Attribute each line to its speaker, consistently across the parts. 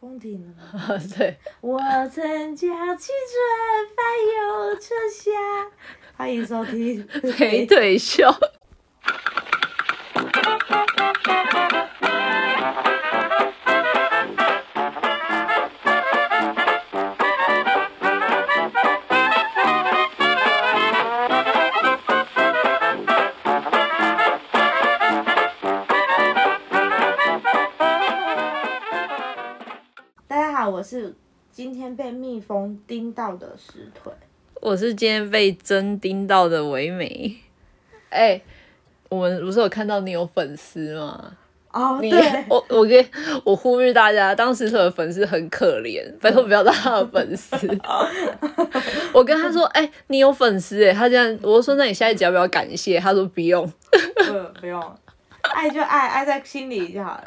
Speaker 1: 风停了吗。
Speaker 2: 对，
Speaker 1: 我曾将青春翻涌成夏。欢迎收听
Speaker 2: 陪腿秀。
Speaker 1: 大家好，我是今天被蜜蜂叮到的石腿。
Speaker 2: 我是今天被针叮到的唯美。哎、我们不是有看到你有粉丝吗？
Speaker 1: 哦，
Speaker 2: 你
Speaker 1: 对，
Speaker 2: 我我跟我呼吁大家，当时的粉丝很 可怜，拜托不要当他的粉丝。我跟他说，哎、你有粉丝哎，他这样，我就说那你下一集要不要感谢？他说不用。
Speaker 1: 不不用，爱就爱，爱在心里就好了。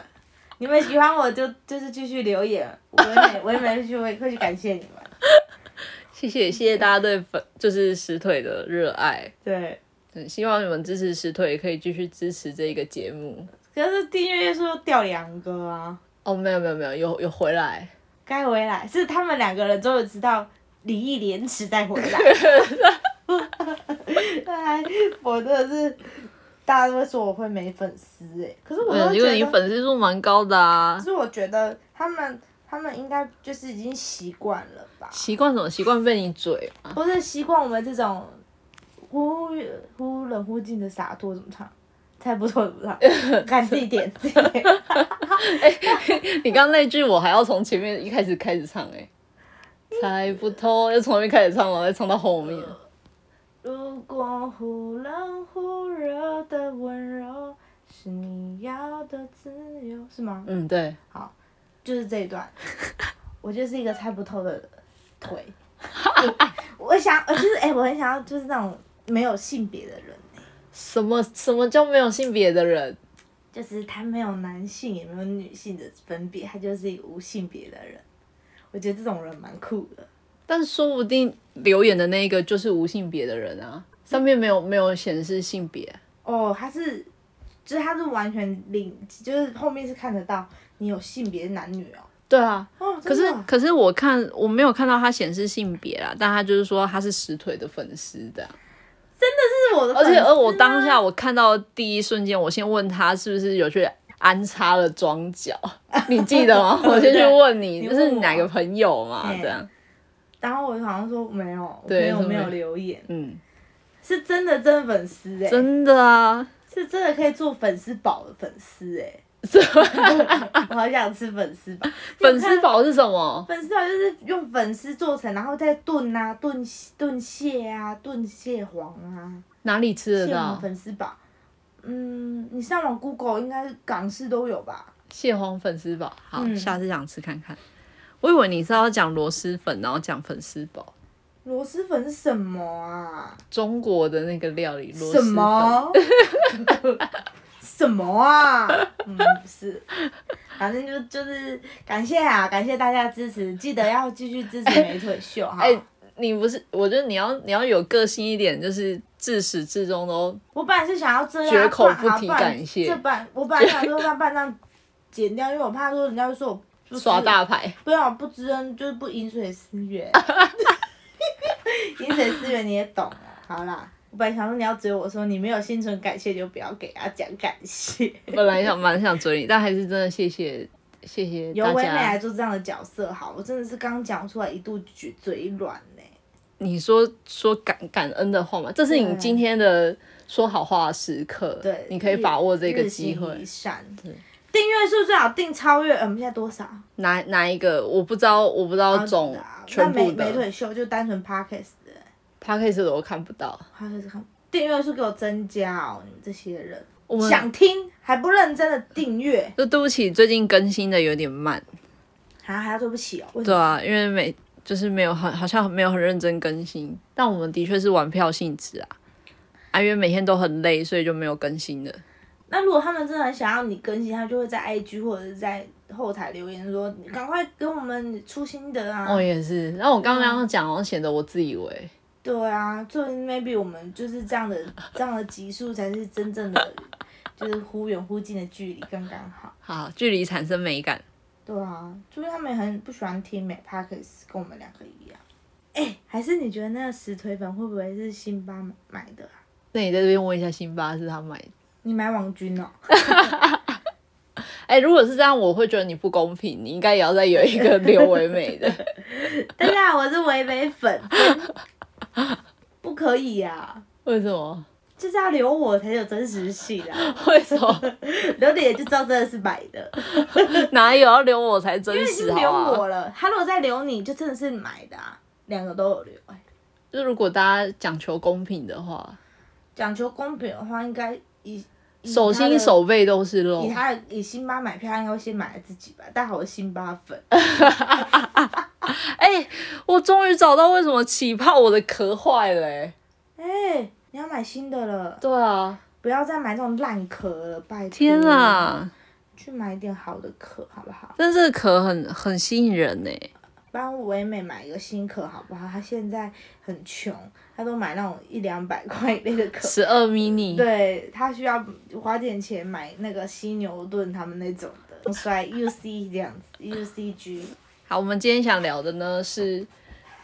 Speaker 1: 你们喜欢我就就是继续留言，我每我每去会会去感谢你们。
Speaker 2: 谢谢谢谢大家对粉就是石腿的热爱，
Speaker 1: 对，
Speaker 2: 嗯，希望你们支持石腿，也可以继续支持这个节目。
Speaker 1: 可是订阅数又掉两个啊，
Speaker 2: 哦，没有没有没有，有有回来，
Speaker 1: 该回来是他们两个人终于知道礼义廉耻再回 来。哎，我真的是，大家都会说我会没粉丝哎、可是我又
Speaker 2: 嗯，因为
Speaker 1: 觉
Speaker 2: 你
Speaker 1: 得，
Speaker 2: 粉丝数蛮高的啊
Speaker 1: 可。是我觉得他们他们应该就是已经习惯了吧。
Speaker 2: 习惯什么？习惯被你嘴吗？
Speaker 1: 不是习惯我们这种忽忽冷忽近的洒脱，怎么唱？猜不错，怎么 唱？敢自己点，自己点。
Speaker 2: 你刚刚那句我还要从前面一开始开始唱哎、猜不透，要从后面开始唱了，再唱到后面。
Speaker 1: 如果忽冷忽热的温柔是你要的自由，是吗？
Speaker 2: 嗯，对，
Speaker 1: 就是这一 段，我就是一个猜不透的腿。 我我想，我其实哎、我很想要就是那种没有性别的人，
Speaker 2: 什么什么叫没有性别的人？
Speaker 1: 就是他没有男性也没有女性的分别，他就是一个无性别的人。我觉得这种人蛮酷的。
Speaker 2: 但说不定留言的那一个就是无性别的人啊，上面没有没有显示性别、
Speaker 1: 哦，他是，就是他是完全领，就是后面是看得到你有性别男女哦。
Speaker 2: 对啊，
Speaker 1: 哦，
Speaker 2: 可
Speaker 1: 真
Speaker 2: 是
Speaker 1: 的哦
Speaker 2: 可是我看我没有看到他显示性别啦，但他就是说他是石腿的粉丝的啊，
Speaker 1: 这是我的粉
Speaker 2: 而
Speaker 1: 丝啊吗，
Speaker 2: 且而呃我当下我看到的第一瞬间，我先问他是不是有去安插了 装脚，你记得吗？我先去问你，
Speaker 1: 你
Speaker 2: 这
Speaker 1: 问
Speaker 2: 是你
Speaker 1: 我
Speaker 2: 哪个朋友嘛？
Speaker 1: 嗯
Speaker 2: 这样，
Speaker 1: 然后我好像说没有，我
Speaker 2: 对
Speaker 1: 没有
Speaker 2: 是
Speaker 1: 没
Speaker 2: 没
Speaker 1: 有
Speaker 2: 有
Speaker 1: 留言，
Speaker 2: 嗯，
Speaker 1: 是真的真粉丝哎、
Speaker 2: 真的啊，
Speaker 1: 是真的可以做粉丝宝的粉丝 哎、
Speaker 2: 这
Speaker 1: 我好想吃粉丝宝，
Speaker 2: 粉丝宝是什么？
Speaker 1: 粉丝宝就是用粉丝做成，然后再炖啊炖炖蟹啊炖蟹黄啊，
Speaker 2: 哪里吃得
Speaker 1: 蟹
Speaker 2: 到
Speaker 1: 黄？粉丝宝。嗯，你上网 Google 应该港式都有吧？
Speaker 2: 蟹黄粉丝堡，好，
Speaker 1: 嗯
Speaker 2: 下次想吃看看。我以为你是要讲螺蛳粉，然后讲粉丝堡，
Speaker 1: 螺蛳粉是什么啊？
Speaker 2: 中国的那个料理螺蛳
Speaker 1: 什
Speaker 2: 粉。
Speaker 1: 么？什么啊？嗯，不是，反正就就是感谢啊，感谢大家支持，记得要继续支持美腿秀哈。
Speaker 2: 哎、你不是？我觉得你要你要有个性一点，就是自始至终都
Speaker 1: 我本来是想要这样，
Speaker 2: 绝口不
Speaker 1: 然
Speaker 2: 提
Speaker 1: 然
Speaker 2: 感谢
Speaker 1: 这半我本来想说让半张剪掉，因为我怕说人家会说我不知
Speaker 2: 耍，大牌。
Speaker 1: 不要不知恩就是不饮水思 源，饮水思源你也懂啊。好啦，我本来想说你要追我说你没有心存感谢就不要给他讲感谢。
Speaker 2: 本来想蛮想追你，但还是真的谢谢谢谢
Speaker 1: 由
Speaker 2: 大
Speaker 1: 唯美来
Speaker 2: 家。
Speaker 1: 做这样的角色，好，我真的是刚讲出来一度嘴嘴软呢、
Speaker 2: 你说说感感恩的话嘛，这是你
Speaker 1: 对
Speaker 2: 今天的说好话的时刻，
Speaker 1: 对，
Speaker 2: 你可以把握这个
Speaker 1: 日
Speaker 2: 机
Speaker 1: 日行
Speaker 2: 会嗯
Speaker 1: 一。善，订阅数最好定超越，呃我们现在多少？
Speaker 2: 哪哪一个我不知道，我不知道总全
Speaker 1: 啊那
Speaker 2: 部
Speaker 1: 美美
Speaker 2: 的
Speaker 1: 腿秀就单纯 podcast 的
Speaker 2: p a c k a g e 我看不到。
Speaker 1: podcast 看订阅数给我增加哦，你们这些人
Speaker 2: 嗯我们
Speaker 1: 想听还不认真的订阅，
Speaker 2: 就对不起，最近更新的有点慢。
Speaker 1: 啊还要对不起哦，为什
Speaker 2: 对
Speaker 1: 么？
Speaker 2: 啊，因为每就是没有很好像没有很认真更新，但我们的确是玩票性质啊。啊，因为每天都很累，所以就没有更新了。
Speaker 1: 那如果他们真的很想要你更新，他就会在 IG 或者是在后台留言说，你赶快给我们出心得啊。
Speaker 2: 我也是。然后我刚
Speaker 1: 嗯
Speaker 2: 刚讲，好像显得我自以为。
Speaker 1: 对啊，所以 maybe 我们就是这样的这样的级数才是真正的，就是忽远忽近的距离刚刚好。
Speaker 2: 好，距离产生美感。
Speaker 1: 对啊，就是他们也很不喜欢听美 p a r k e s 跟我们两个一样。哎、还是你觉得那个石腿粉会不会是辛巴买的啊？
Speaker 2: 那你在这边问一下，辛巴是他买的？
Speaker 1: 你买网军哦？
Speaker 2: 哎、如果是这样，我会觉得你不公平，你应该也要再有一个留唯美的。
Speaker 1: 大家啊好，我是维维粉，不可以呀、啊，
Speaker 2: 为什么？
Speaker 1: 就是要留我才有真实性啊，
Speaker 2: 为什么？
Speaker 1: 留脸就知道真的是买的，
Speaker 2: 哪有要留我才真
Speaker 1: 因为已
Speaker 2: 实
Speaker 1: 经
Speaker 2: 好
Speaker 1: 留
Speaker 2: 啊？
Speaker 1: 我了，他如果再留你，就真的是买的啊，两个都有留、哎，
Speaker 2: 就如果大家讲求公平的话，
Speaker 1: 讲求公平的话，应该以以
Speaker 2: 手
Speaker 1: 他的
Speaker 2: 心手背都是肉
Speaker 1: 以。他的以辛巴买票，他应该会先买了自己吧。但好，我是辛巴粉，
Speaker 2: 哎、我终于找到为什么起泡我的壳坏了、欸。
Speaker 1: 哎、你要买新的了，
Speaker 2: 对啊，
Speaker 1: 不要再买这种烂壳了，拜托。
Speaker 2: 天啊！
Speaker 1: 去买一点好的壳好不好？
Speaker 2: 但这个壳很很吸引人欸呢、
Speaker 1: 帮唯美买一个新壳好不好？她现在很穷，她都买那种一两百块以内的壳。
Speaker 2: 十二 mini。
Speaker 1: 对她需要花点钱买那个犀牛顿他们那种的，摔 UC 这样子，UCG。
Speaker 2: 好，我们今天想聊的呢是，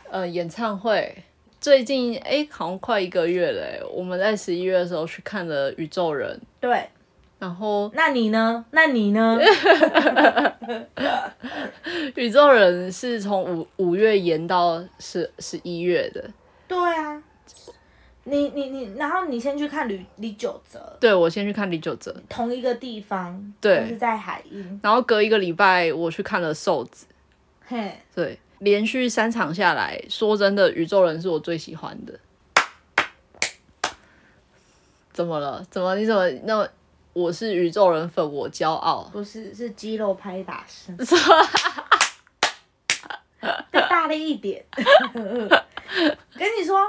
Speaker 2: 呃，演唱会。最近哎、好像快一个月了、欸。我们在十一月的时候去看了《宇宙人》，
Speaker 1: 对，
Speaker 2: 然后
Speaker 1: 那你呢？那你 呢？
Speaker 2: 《宇宙人》是从五五月延到十十一月的。
Speaker 1: 对啊，你你你，然后你先去看李李玖哲，
Speaker 2: 对，我先去看李玖哲，
Speaker 1: 同一个地方，
Speaker 2: 对
Speaker 1: 就是在海鹰，
Speaker 2: 然后隔一个礼拜我去看了瘦子。
Speaker 1: 嘿，
Speaker 2: 对，连续三场下来，说真的，《宇宙人》是我最喜欢的。怎么了？怎么？你怎么？那么我是宇宙人粉，我骄傲。
Speaker 1: 不是是肌肉拍打 声，再大力一 点。跟你说，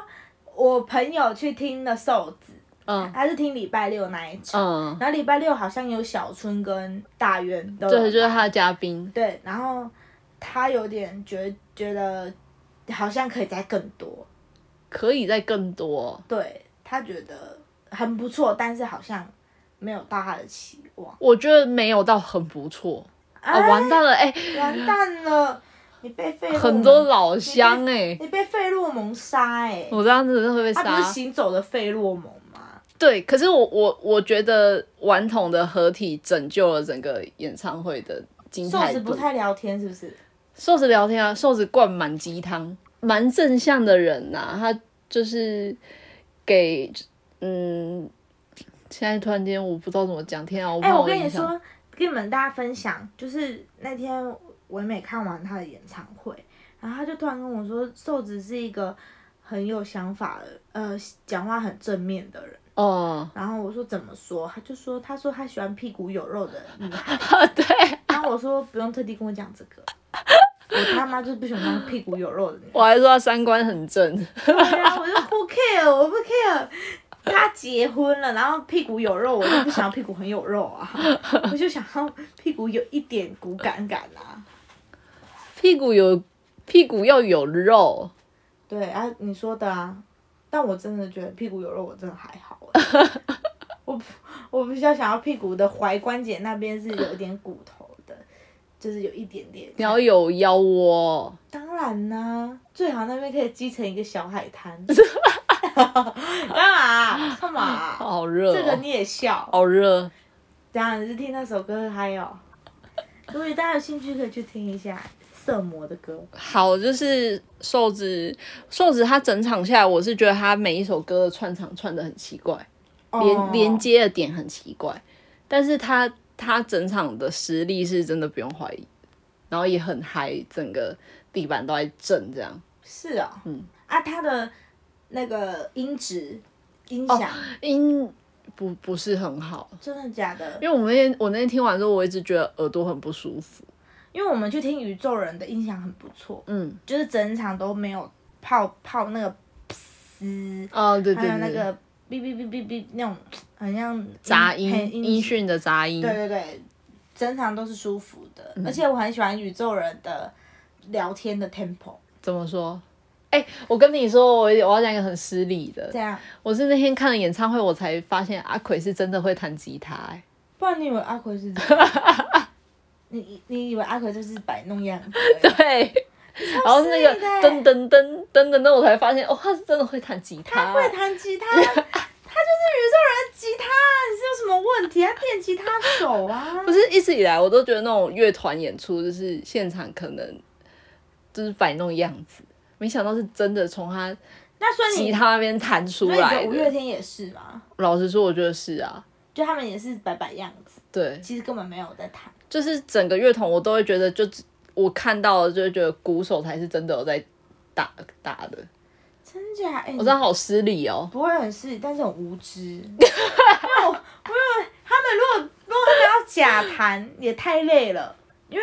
Speaker 1: 我朋友去听了瘦子，
Speaker 2: 嗯
Speaker 1: 他是听礼拜六那一场，
Speaker 2: 嗯，
Speaker 1: 然后礼拜六好像有小春跟大渊都有
Speaker 2: 对，就是他的嘉宾。
Speaker 1: 对，然后他有点觉觉得好像可以再更多，
Speaker 2: 可以再更多。
Speaker 1: 对他觉得很不错，但是好像没有到他的期望。
Speaker 2: 我觉得没有到很不错啊、
Speaker 1: 哎
Speaker 2: 完蛋了！哎、
Speaker 1: 完蛋了，你被费洛蒙
Speaker 2: 很多老乡哎、
Speaker 1: 你被费洛蒙杀哎、
Speaker 2: 我这样子会被
Speaker 1: 他
Speaker 2: 杀。
Speaker 1: 不是行走的费洛蒙吗？
Speaker 2: 对，可是我我我觉得顽童的合体拯救了整个演唱会的精
Speaker 1: 瘦
Speaker 2: 彩
Speaker 1: 子不
Speaker 2: 度。
Speaker 1: 太聊天是不是？
Speaker 2: 瘦子聊天啊，瘦子灌满鸡汤，蛮正向的人呐、他就是给嗯，现在突然间我不知道怎么讲，天啊！我
Speaker 1: 哎、
Speaker 2: 怕
Speaker 1: 我跟
Speaker 2: 影
Speaker 1: 你
Speaker 2: 响，
Speaker 1: 说，跟你们大家分享，就是那天唯美看完他的演唱会，然后他就突然跟我说，瘦子是一个很有想法的，呃，讲话很正面的人。
Speaker 2: 哦、
Speaker 1: 然后我说怎么说？他就说，他说他喜欢屁股有肉的女孩。
Speaker 2: 对，
Speaker 1: 然后我说不用特地跟我讲这个，我他妈就是不喜欢当屁股有肉的女人。
Speaker 2: 我还说他三观很正，
Speaker 1: 对啊，我就不 care，我不 care。他结婚了，然后屁股有肉，我就不想要屁股很有肉 啊，我就想要屁股有一点骨感感啊。
Speaker 2: 屁股有屁股要有肉，
Speaker 1: 对啊，你说的啊，但我真的觉得屁股有肉，我真的还好、欸 我我比较想要屁股的踝关节那边是有一点骨头的，就是有一点点。
Speaker 2: 你要有腰窝，
Speaker 1: 当然啦、最好那边可以积成一个小海 滩。干嘛？干嘛？
Speaker 2: 好热、哦，
Speaker 1: 这个你也笑？
Speaker 2: 好热。
Speaker 1: 当然是听那首歌嗨哦。如果大家有兴趣，可以去听一下色魔的歌。
Speaker 2: 好，就是瘦子，瘦子他整场下来，我是觉得他每一首歌的串场串的很奇怪，连、
Speaker 1: 哦
Speaker 2: 连接的点很奇怪，但是他他整场的实力是真的不用怀疑，然后也很嗨，整个地板都在震这样。
Speaker 1: 是哦，嗯啊，他的那个音质音响、
Speaker 2: 哦音不不是很好，
Speaker 1: 真的假的？
Speaker 2: 因为我那天我那天听完之后，我一直觉得耳朵很不舒服。
Speaker 1: 因为我们去听宇宙人的音响很不错，
Speaker 2: 嗯，
Speaker 1: 就是整场都没有泡泡那个嘶，
Speaker 2: 哦，对对
Speaker 1: 还有那
Speaker 2: 对，
Speaker 1: 个哔哔哔哔哔那种很像
Speaker 2: 杂
Speaker 1: 嘿
Speaker 2: 音音讯的杂音，
Speaker 1: 对对对，整场都是舒服的，
Speaker 2: 嗯
Speaker 1: 而且我很喜欢宇宙人的聊天的 tempo，
Speaker 2: 怎么说？哎、我跟你说，我我要讲一个很失礼的，
Speaker 1: 这样。
Speaker 2: 我是那天看了演唱会，我才发现阿奎是真的会弹吉他、欸。
Speaker 1: 不然你以为阿奎是怎样？你你以为阿可就是摆弄样子而已？
Speaker 2: 对，然后是那个
Speaker 1: 超帅的欸
Speaker 2: 噔噔噔噔噔噔，我才发现哦，他是真的会弹吉他，
Speaker 1: 会弹吉他，他就是宇宙人的吉他，你是有什么问题？他变吉他手 啊！
Speaker 2: 不是一直以来我都觉得那种乐团演出就是现场可能就是摆弄样子，没想到是真的从他
Speaker 1: 那所以
Speaker 2: 吉
Speaker 1: 你，
Speaker 2: 他那边弹出
Speaker 1: 所以你觉
Speaker 2: 来
Speaker 1: 得五月
Speaker 2: 的。
Speaker 1: 天也是嘛？
Speaker 2: 老实说，我觉得是啊，
Speaker 1: 就他们也是摆摆样子，
Speaker 2: 对，
Speaker 1: 其实根本没有在弹。
Speaker 2: 就是整个乐团我都会觉得就只，我看到的就会觉得鼓手才是真的有在打打的，
Speaker 1: 真假？哎、
Speaker 2: 我真的好失礼哦。
Speaker 1: 不会很是，但是很无知。因为我，因为他们如果如果他们要假弹，也太累了，因为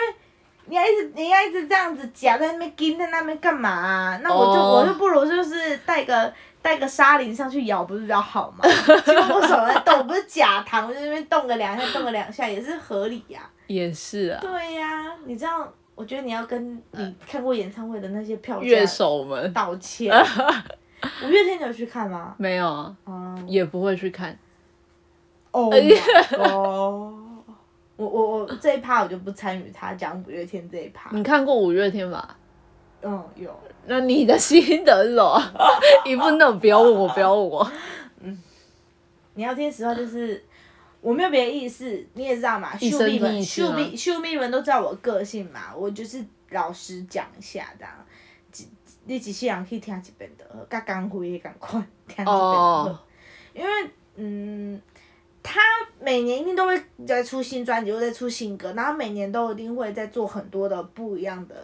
Speaker 1: 你要一直你要一直这样子夹在那边盯在那边干嘛啊、那我就、
Speaker 2: 哦
Speaker 1: 我就不如就是带个带个沙林上去摇，不是比较好 吗？结果我手在动，我不是假弹，我就在那边动个两下，动个两下也是合理呀、
Speaker 2: 也是啊，
Speaker 1: 对呀、你知道，我觉得你要跟你看过演唱会的那些票价
Speaker 2: 乐手们
Speaker 1: 道 歉。五月天你有去看吗？
Speaker 2: 没有啊，
Speaker 1: 啊、
Speaker 2: 也不会去看。Oh
Speaker 1: 哦 my god！我我我这一趴我就不参与他讲五月天这一趴。
Speaker 2: 你看过五月天吧？
Speaker 1: 嗯，有。
Speaker 2: 那你的心得是什么？ 你不能不要问我，不要问我。
Speaker 1: 你要听实话就是，我没有别的意思，你也知道嘛，
Speaker 2: 一
Speaker 1: 秀
Speaker 2: 生
Speaker 1: 蜜
Speaker 2: 一
Speaker 1: 们
Speaker 2: 世
Speaker 1: 秀
Speaker 2: 吗
Speaker 1: 蜜秀蜜们都知道我个性嘛，我就是老实讲一下这样。几你一世人去听一遍就好，甲江辉的共款，听一遍就好。
Speaker 2: 哦
Speaker 1: 因为嗯，他每年一定都会在出新专辑，又在出新歌，然后每年都一定会在做很多的不一样的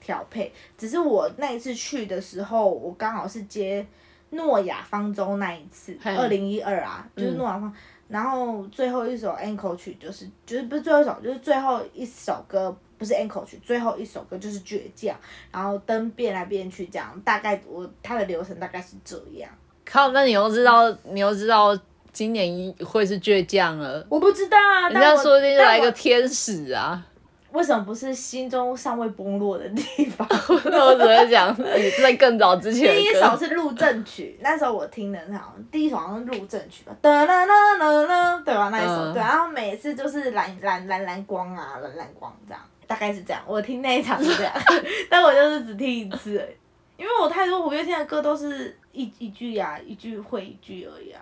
Speaker 1: 调配。只是我那一次去的时候，我刚好是接诺亚方舟那一次，
Speaker 2: 嘿
Speaker 1: 二零一二啊，就是诺亚方。然后最后一首 encore 曲就是就是不是最后一首，就是最后一首歌不是 encore 曲，最后一首歌就是倔强，然后灯变来变去这样，大概我它的流程大概是这样。
Speaker 2: 靠，那你又知道，你又知道今年一会是倔强了。
Speaker 1: 我不知道啊，
Speaker 2: 人
Speaker 1: 但
Speaker 2: 家
Speaker 1: 我
Speaker 2: 说不定就
Speaker 1: 但
Speaker 2: 来
Speaker 1: 我
Speaker 2: 个天使啊！
Speaker 1: 为什么不是心中尚未崩落的地方？
Speaker 2: 那我只会讲在更早之 前
Speaker 1: 第一
Speaker 2: 的
Speaker 1: 首
Speaker 2: 歌。
Speaker 1: 是入阵曲，那时候我听的好像第一首好像是入阵曲吧，噔噔噔噔噔，对吧？那一首、
Speaker 2: 嗯
Speaker 1: 对，然后每次就是蓝蓝蓝蓝光啊，蓝蓝光这样，大概是这样。我听那一场是这样， 但我就是只听一次而已，因为我太多五月天的歌都是一一句啊，一句会一句而已啊，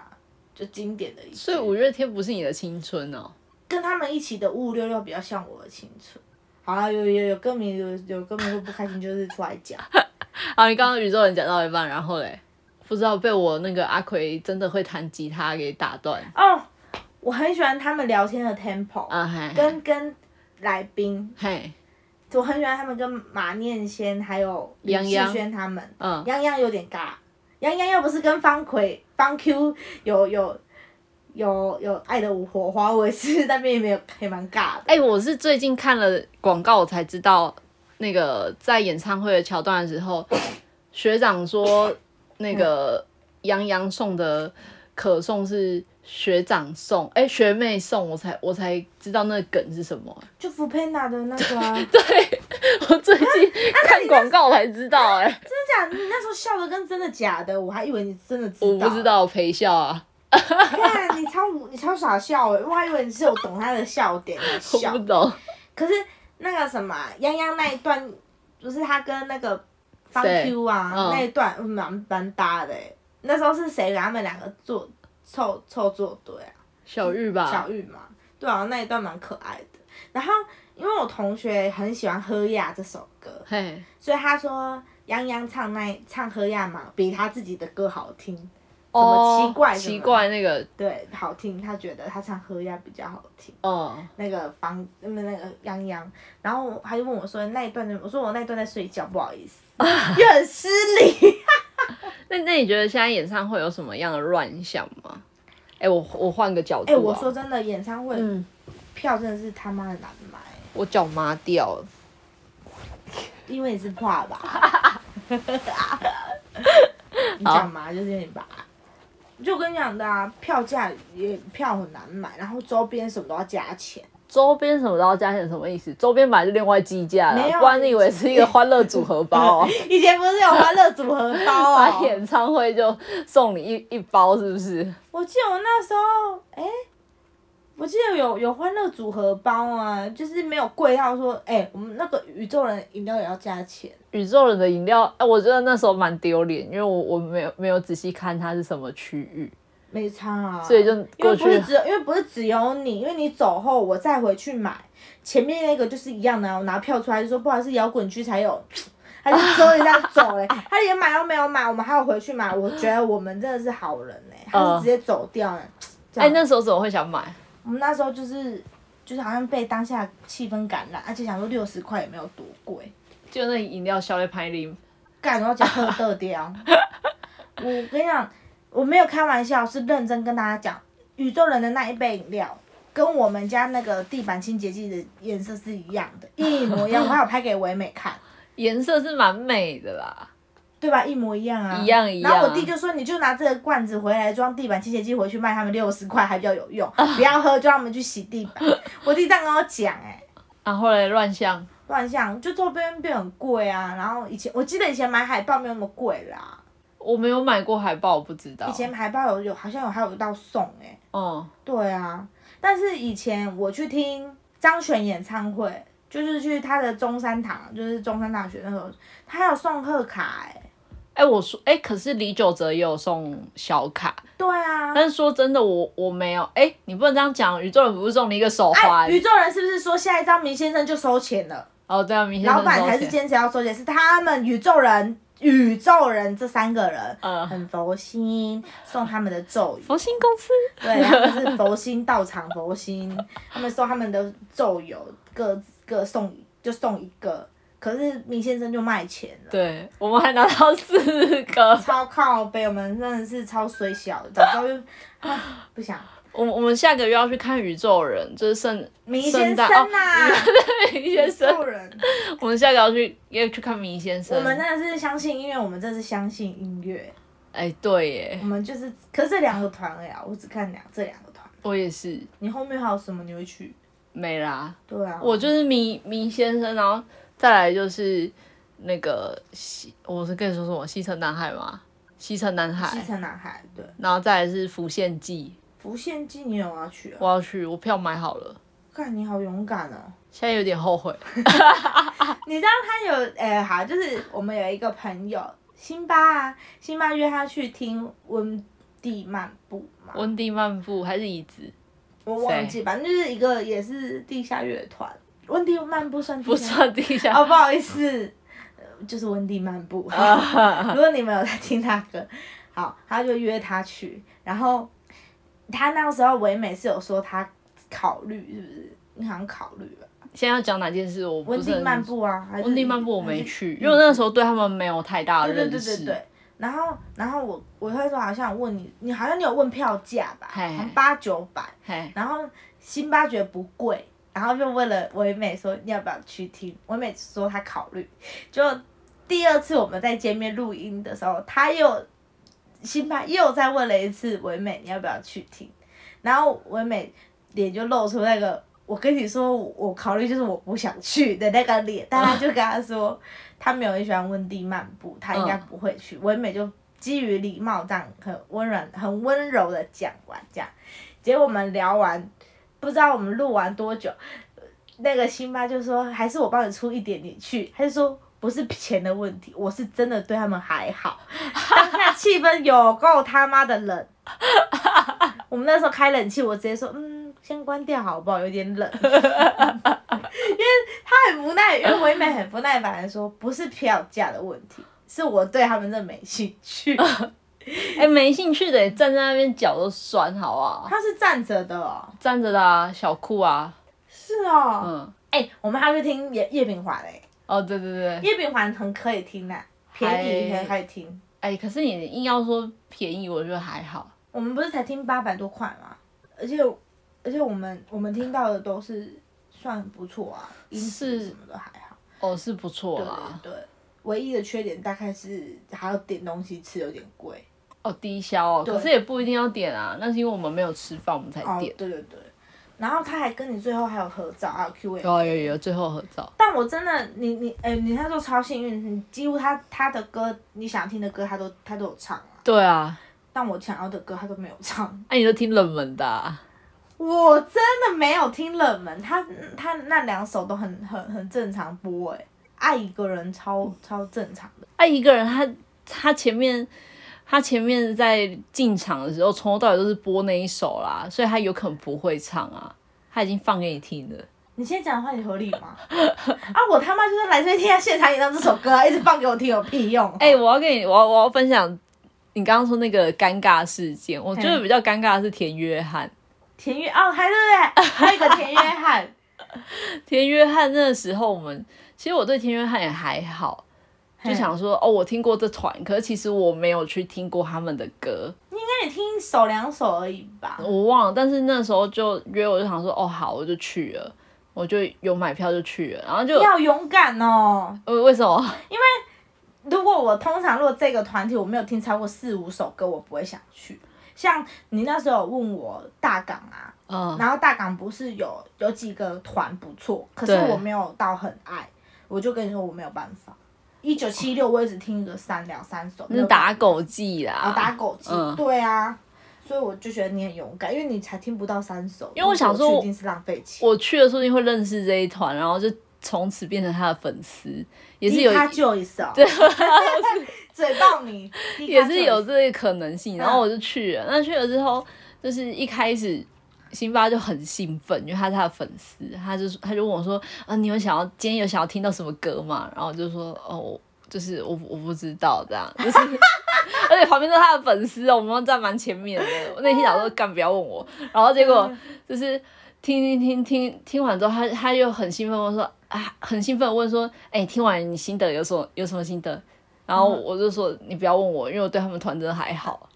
Speaker 1: 就经典的一句。
Speaker 2: 所以五月天不是你的青春哦，
Speaker 1: 跟他们一起的五五六六比较像我的青春。好啦，有有有歌迷有有歌迷会不开心，就是出来讲。
Speaker 2: 好，你刚刚宇宙人讲到一半，然后嘞，不知道被我那个阿奎真的会弹吉他给打断
Speaker 1: 哦，我很喜欢他们聊天的 tempo，、
Speaker 2: 啊，嘿，
Speaker 1: 跟跟来宾，
Speaker 2: 嘿，
Speaker 1: 我很喜欢他们跟马念先还有李
Speaker 2: 杨洋
Speaker 1: 世轩他们。
Speaker 2: 嗯，
Speaker 1: 杨洋有点尬，杨洋要不是跟方奎方 Q 有有有有爱的火花，我也是那边也没有也蛮尬的。
Speaker 2: 哎、我是最近看了广告，我才知道那个在演唱会的桥段的 时候，学长说那
Speaker 1: 嗯
Speaker 2: 个杨洋送的可颂是学长送，哎、学妹送，我才我才知道那个梗是什 么。
Speaker 1: 就福佩娜的那个、啊，
Speaker 2: 对，我最近看广告才知道、 哎，
Speaker 1: 真的假的？你那时候笑的跟真的假的，我还以为你真的知道。
Speaker 2: 我不知道我陪笑啊，
Speaker 1: 看你超无你超傻笑哎、我还以为你是有懂他的笑点在
Speaker 2: 我
Speaker 1: 笑
Speaker 2: 不。懂。
Speaker 1: 可是那个什么啊泱泱那一段，不是他跟那个方
Speaker 2: 谁
Speaker 1: Q 啊、
Speaker 2: 嗯
Speaker 1: 那一段嗯蛮蛮搭的、欸。那时候是谁给他们两个做凑凑作对啊？
Speaker 2: 小玉吧，
Speaker 1: 小玉嘛，对啊，那一段蛮可爱的。然后因为我同学很喜欢《喝呀》这首歌，
Speaker 2: 嘿，
Speaker 1: 所以他说泱泱唱那唱《喝呀》嘛，比他自己的歌好听，什么
Speaker 2: 哦，
Speaker 1: 奇怪、
Speaker 2: 奇，怪那个，
Speaker 1: 对，好听，他觉得他唱《喝呀》比较好听。
Speaker 2: 嗯，
Speaker 1: 那个房，那么那个泱泱，然后他就问我说那一段的，我说我那一段在睡觉，不好意思，又很失礼。
Speaker 2: 那那你觉得现在演唱会有什么样的乱象吗？哎、我我换个角度、
Speaker 1: 哎、
Speaker 2: 啊，
Speaker 1: 我说真的，演唱会
Speaker 2: 嗯，
Speaker 1: 票真的是他妈的难买，
Speaker 2: 我脚麻掉了，
Speaker 1: 因为你是怕吧？ 你讲嘛，就是你吧。就我跟你讲的啊，票价也票很难买，然后周边什么都要加钱。
Speaker 2: 周边什么都要加钱，什么意思？周边本来就另外计价
Speaker 1: 没
Speaker 2: 了，
Speaker 1: 有？
Speaker 2: 不然你以为是一个欢乐组合包、哦
Speaker 1: 以前不是有欢乐组合包 啊、
Speaker 2: 把演唱会就送你一一包，是不是？
Speaker 1: 我记得我那时候，哎、我记得有有欢乐组合包啊，就是没有贵到说，哎、我们那个宇宙人饮料也要加钱。
Speaker 2: 宇宙人的饮料，哎、我觉得那时候蛮丢脸，因为我我没有没有仔细看它是什么区域，
Speaker 1: 没差啊，
Speaker 2: 所以就
Speaker 1: 因为
Speaker 2: 过
Speaker 1: 不是
Speaker 2: 去
Speaker 1: 只有，因为不是只有你，因为你走后我再回去买，前面那个就是一样的、啊，我拿票出来就说不好意思，摇滚区才有，他就收人家走 嘞、他连买都没有买，我们还要回去买，我觉得我们真的是好人嘞、他是
Speaker 2: 嗯
Speaker 1: 直接走掉嘞、这
Speaker 2: 哎、
Speaker 1: 样
Speaker 2: 那时候怎么会想买？
Speaker 1: 我们那时候就是就是好像被当下气氛感染，而且想说六十块也没有多贵，
Speaker 2: 就那饮料小的排零，
Speaker 1: 干我要讲特特雕。 我跟你讲，我没有开玩笑，是认真跟大家讲，宇宙人的那一杯饮料。跟我们家那个地板清洁剂的颜色是一样的，一模一样。我还有拍给唯美看，
Speaker 2: 颜色是蛮美的啦。
Speaker 1: 对吧？一模一样啊，
Speaker 2: 一样一样
Speaker 1: 然后我弟就说，你就拿这个罐子回来装地板清洁剂回去卖，他们六十块还比较有 用，不要喝就让他们去洗地板。我弟这样跟我讲、哎，
Speaker 2: 然后嘞，乱象，
Speaker 1: 乱象，就周边变很贵啊。然后以前我记得以前买海报没有那么贵啦，
Speaker 2: 我没有买过海报，我不知道。
Speaker 1: 以前海报有有好像有还有一道送哎、
Speaker 2: 嗯，
Speaker 1: 对啊，但是以前我去听张悬演唱会，就是去他的中山堂，就是中山大学那时候，他有送贺卡哎、
Speaker 2: 哎、我说，哎、可是李玖哲也有送小卡，
Speaker 1: 对啊，
Speaker 2: 但是说真的，我我没有。哎、你不能这样讲，宇宙人不是送你一个手环？
Speaker 1: 哎宇宙人是不是说下一张明先生就收钱了？
Speaker 2: 哦，对啊，明先
Speaker 1: 老
Speaker 2: 生
Speaker 1: 板
Speaker 2: 收
Speaker 1: 还是
Speaker 2: 钱。
Speaker 1: 坚持要收钱，是他们宇宙人。宇宙人这三个人，
Speaker 2: 嗯
Speaker 1: 很佛心，送他们的咒语。
Speaker 2: 佛心公司，
Speaker 1: 对，他们是佛心道场佛心，他们说他们的咒友各各送就送一个，可是明先生就卖钱了，
Speaker 2: 对我们还拿到四个。
Speaker 1: 超靠北，我们真的是超水小的，早知道就、啊、不想。
Speaker 2: 我们我们下个月要去看宇宙人，就是圣
Speaker 1: 明
Speaker 2: 圣
Speaker 1: 先
Speaker 2: 诞
Speaker 1: 生呐、啊，
Speaker 2: 明先生，
Speaker 1: 做 人，
Speaker 2: 我们下个要去要去看明先生。
Speaker 1: 我们真的是相信音乐，我们真的是相信音乐，
Speaker 2: 哎、对耶
Speaker 1: 我，们就是，可是这两个团而已啊，我只看两这两个团，
Speaker 2: 我也是
Speaker 1: 你后面还有什么你会去？
Speaker 2: 没啦。
Speaker 1: 对啊，
Speaker 2: 我就是迷迷先生，然后再来就是那个西，我是跟你说什么西城男孩吗？西城男
Speaker 1: 西
Speaker 2: 孩，
Speaker 1: 城男孩，对，
Speaker 2: 然后再来是浮现记，
Speaker 1: 无限纪你有要去啊？
Speaker 2: 我要去，我票买好了，
Speaker 1: 看你好勇敢哦、
Speaker 2: 现在有点后悔。
Speaker 1: 你知道他有诶、好，就是我们有一个朋友辛巴啊，辛巴约他去听温蒂漫步嘛，
Speaker 2: 温蒂漫步还是椅子？
Speaker 1: 我忘记，反正就是一个也是地下乐团。温蒂漫步算地
Speaker 2: 不
Speaker 1: 下
Speaker 2: 算地下。
Speaker 1: 哦，不好意思，呃就是温蒂漫步。 如果你们有在听他歌，好，他就约他去，然后他那个时候唯美是有说他考虑是不是？你好像考虑了
Speaker 2: 现在要讲哪件事？我不
Speaker 1: 温
Speaker 2: 是
Speaker 1: 蒂
Speaker 2: 很
Speaker 1: 漫。步啊，还是
Speaker 2: 温蒂漫步我没去，因为
Speaker 1: 还
Speaker 2: 我
Speaker 1: 是嗯
Speaker 2: 那时候对他们没有太大的
Speaker 1: 对
Speaker 2: 认
Speaker 1: 对对
Speaker 2: 识。
Speaker 1: 对对。然后，然后我我那时候好像有问你，你好像你有问票价吧，
Speaker 2: 嘿嘿
Speaker 1: 八九百，
Speaker 2: 嘿，
Speaker 1: 然后辛巴觉得不贵，然后就问了唯美说你要不要去听，唯美说她考虑。就第二次我们在见面录音的时候，他又辛巴又再问了一次唯美你要不要去听，然后唯美脸就露出那个我跟你说我我考虑就是我不想去的那个脸，但他就跟他说他没有很喜欢温蒂漫步，他应该
Speaker 2: 嗯
Speaker 1: 不会去。唯美就基于礼貌这样很温软、很温柔的讲完这样，结果我们聊完，不知道我们录完多久，那个辛巴就说还是我帮你出一点，你去，他就说。不是钱的问题，我是真的对他们还好， 当下气氛有够他妈的冷。我们那时候开冷气，我直接说，嗯，先关掉好不好？有点 冷。他很无奈，因为唯美很不耐烦的说，不是票价的问题，是我对他们这没兴 趣。
Speaker 2: 哎、没兴趣的，站在那边脚都酸，好不好？
Speaker 1: 他是站着的哦，
Speaker 2: 站着的啊，小裤啊，
Speaker 1: 是哦。
Speaker 2: 嗯，
Speaker 1: 哎、我们还会听叶叶秉环嘞，
Speaker 2: 哦，对对对，
Speaker 1: 叶秉环很可以听呐、便宜很可以听。
Speaker 2: 哎、可是你硬要说便宜，我觉得还好。
Speaker 1: 我们不是才听八百多块吗？而且而且我们我们听到的都是算不错啊，音质
Speaker 2: 是
Speaker 1: 什么的还好。
Speaker 2: 哦，是不错
Speaker 1: 对
Speaker 2: 啦。
Speaker 1: 对，唯一的缺点大概是还要点东西吃有点贵。
Speaker 2: 哦，低消哦，
Speaker 1: 对
Speaker 2: 可是也不一定要点啊，那是因为我们没有吃饭，我们才
Speaker 1: 哦，对
Speaker 2: 点。
Speaker 1: 对对。然后他还跟你最后还有合照，还有 Q&A。
Speaker 2: 有有有，最后合照。
Speaker 1: 但我真的，你你哎、你那时候超幸运，你几乎他他的歌，你想听的歌他都他都有唱啊，
Speaker 2: 对啊，哎
Speaker 1: 但我想要的歌他都没有唱。
Speaker 2: 那、你就听冷门的、啊，
Speaker 1: 我真的没有听冷门，他他那两首都很很很正常播哎、爱一个人超超正常的，
Speaker 2: 爱哎一个人他，他前面他前面在进场的时候，从头到尾都是播那一首啦，所以他有可能不会唱啊，他已经放给你听了。
Speaker 1: 你现在讲的话你合理吗？ 啊，我他妈就是来这边听他现场演唱这首歌啊，一直放给我听有屁用？
Speaker 2: 哎、我要跟你，我要我要分享你刚刚说那个尴尬事件，我觉得比较尴尬的是田约翰。
Speaker 1: 田约哦，还对不对？还有一个田约翰，
Speaker 2: 田约翰那时候我们其实我对田约翰也还好，就
Speaker 1: 嘿
Speaker 2: 想说哦，我听过这团，可是其实我没有去听过他们的歌，
Speaker 1: 那你听一首两首而已吧。
Speaker 2: 我忘了。但是那时候就约我就想说哦好，我就去了，我就有买票就去了，然后就
Speaker 1: 要勇敢哦！
Speaker 2: 呃为什么？
Speaker 1: 如果我通常如果这个团体我没有听超过四五首歌，我不会想去。像你那时候有问我大港啊，
Speaker 2: 嗯，
Speaker 1: 然后大港不是有有几个团不错，可是
Speaker 2: 对
Speaker 1: 我没有到很爱，我就跟你说我没有办法。一九七六我也只听个三两三首，
Speaker 2: 那是打狗记啦，
Speaker 1: 啊打狗机，
Speaker 2: 嗯
Speaker 1: 对啊，所以我就觉得你很勇敢，因为你才听不到三首，
Speaker 2: 因为我想说
Speaker 1: 如果去一定是浪费钱，
Speaker 2: 我去了说不定会认识这一团，然后就从此变成他的粉丝，也是有
Speaker 1: 他就一首，对， 嘴爆你，
Speaker 2: 也是有
Speaker 1: 迪卡
Speaker 2: 这个可能性。然后我就去了，那去了之后，就是一开始。辛巴就很兴奋，因为他是他的粉丝，他就他就问我说：“啊，你有想要今天有想要听到什么歌吗？”然后我就说：“哦，我就是我我不知道这样。”就是， 而且旁边都是他的粉丝哦，我们站蛮前面的。我内心想说：“干，不要问我。”然后结果就是听听听听听完之后，他他又很兴奋地问说：“啊，很兴奋地问说，哎、听完你心得有什么有什么心得？”然后我就说：“你不要问我，因为我对他们团真的还好，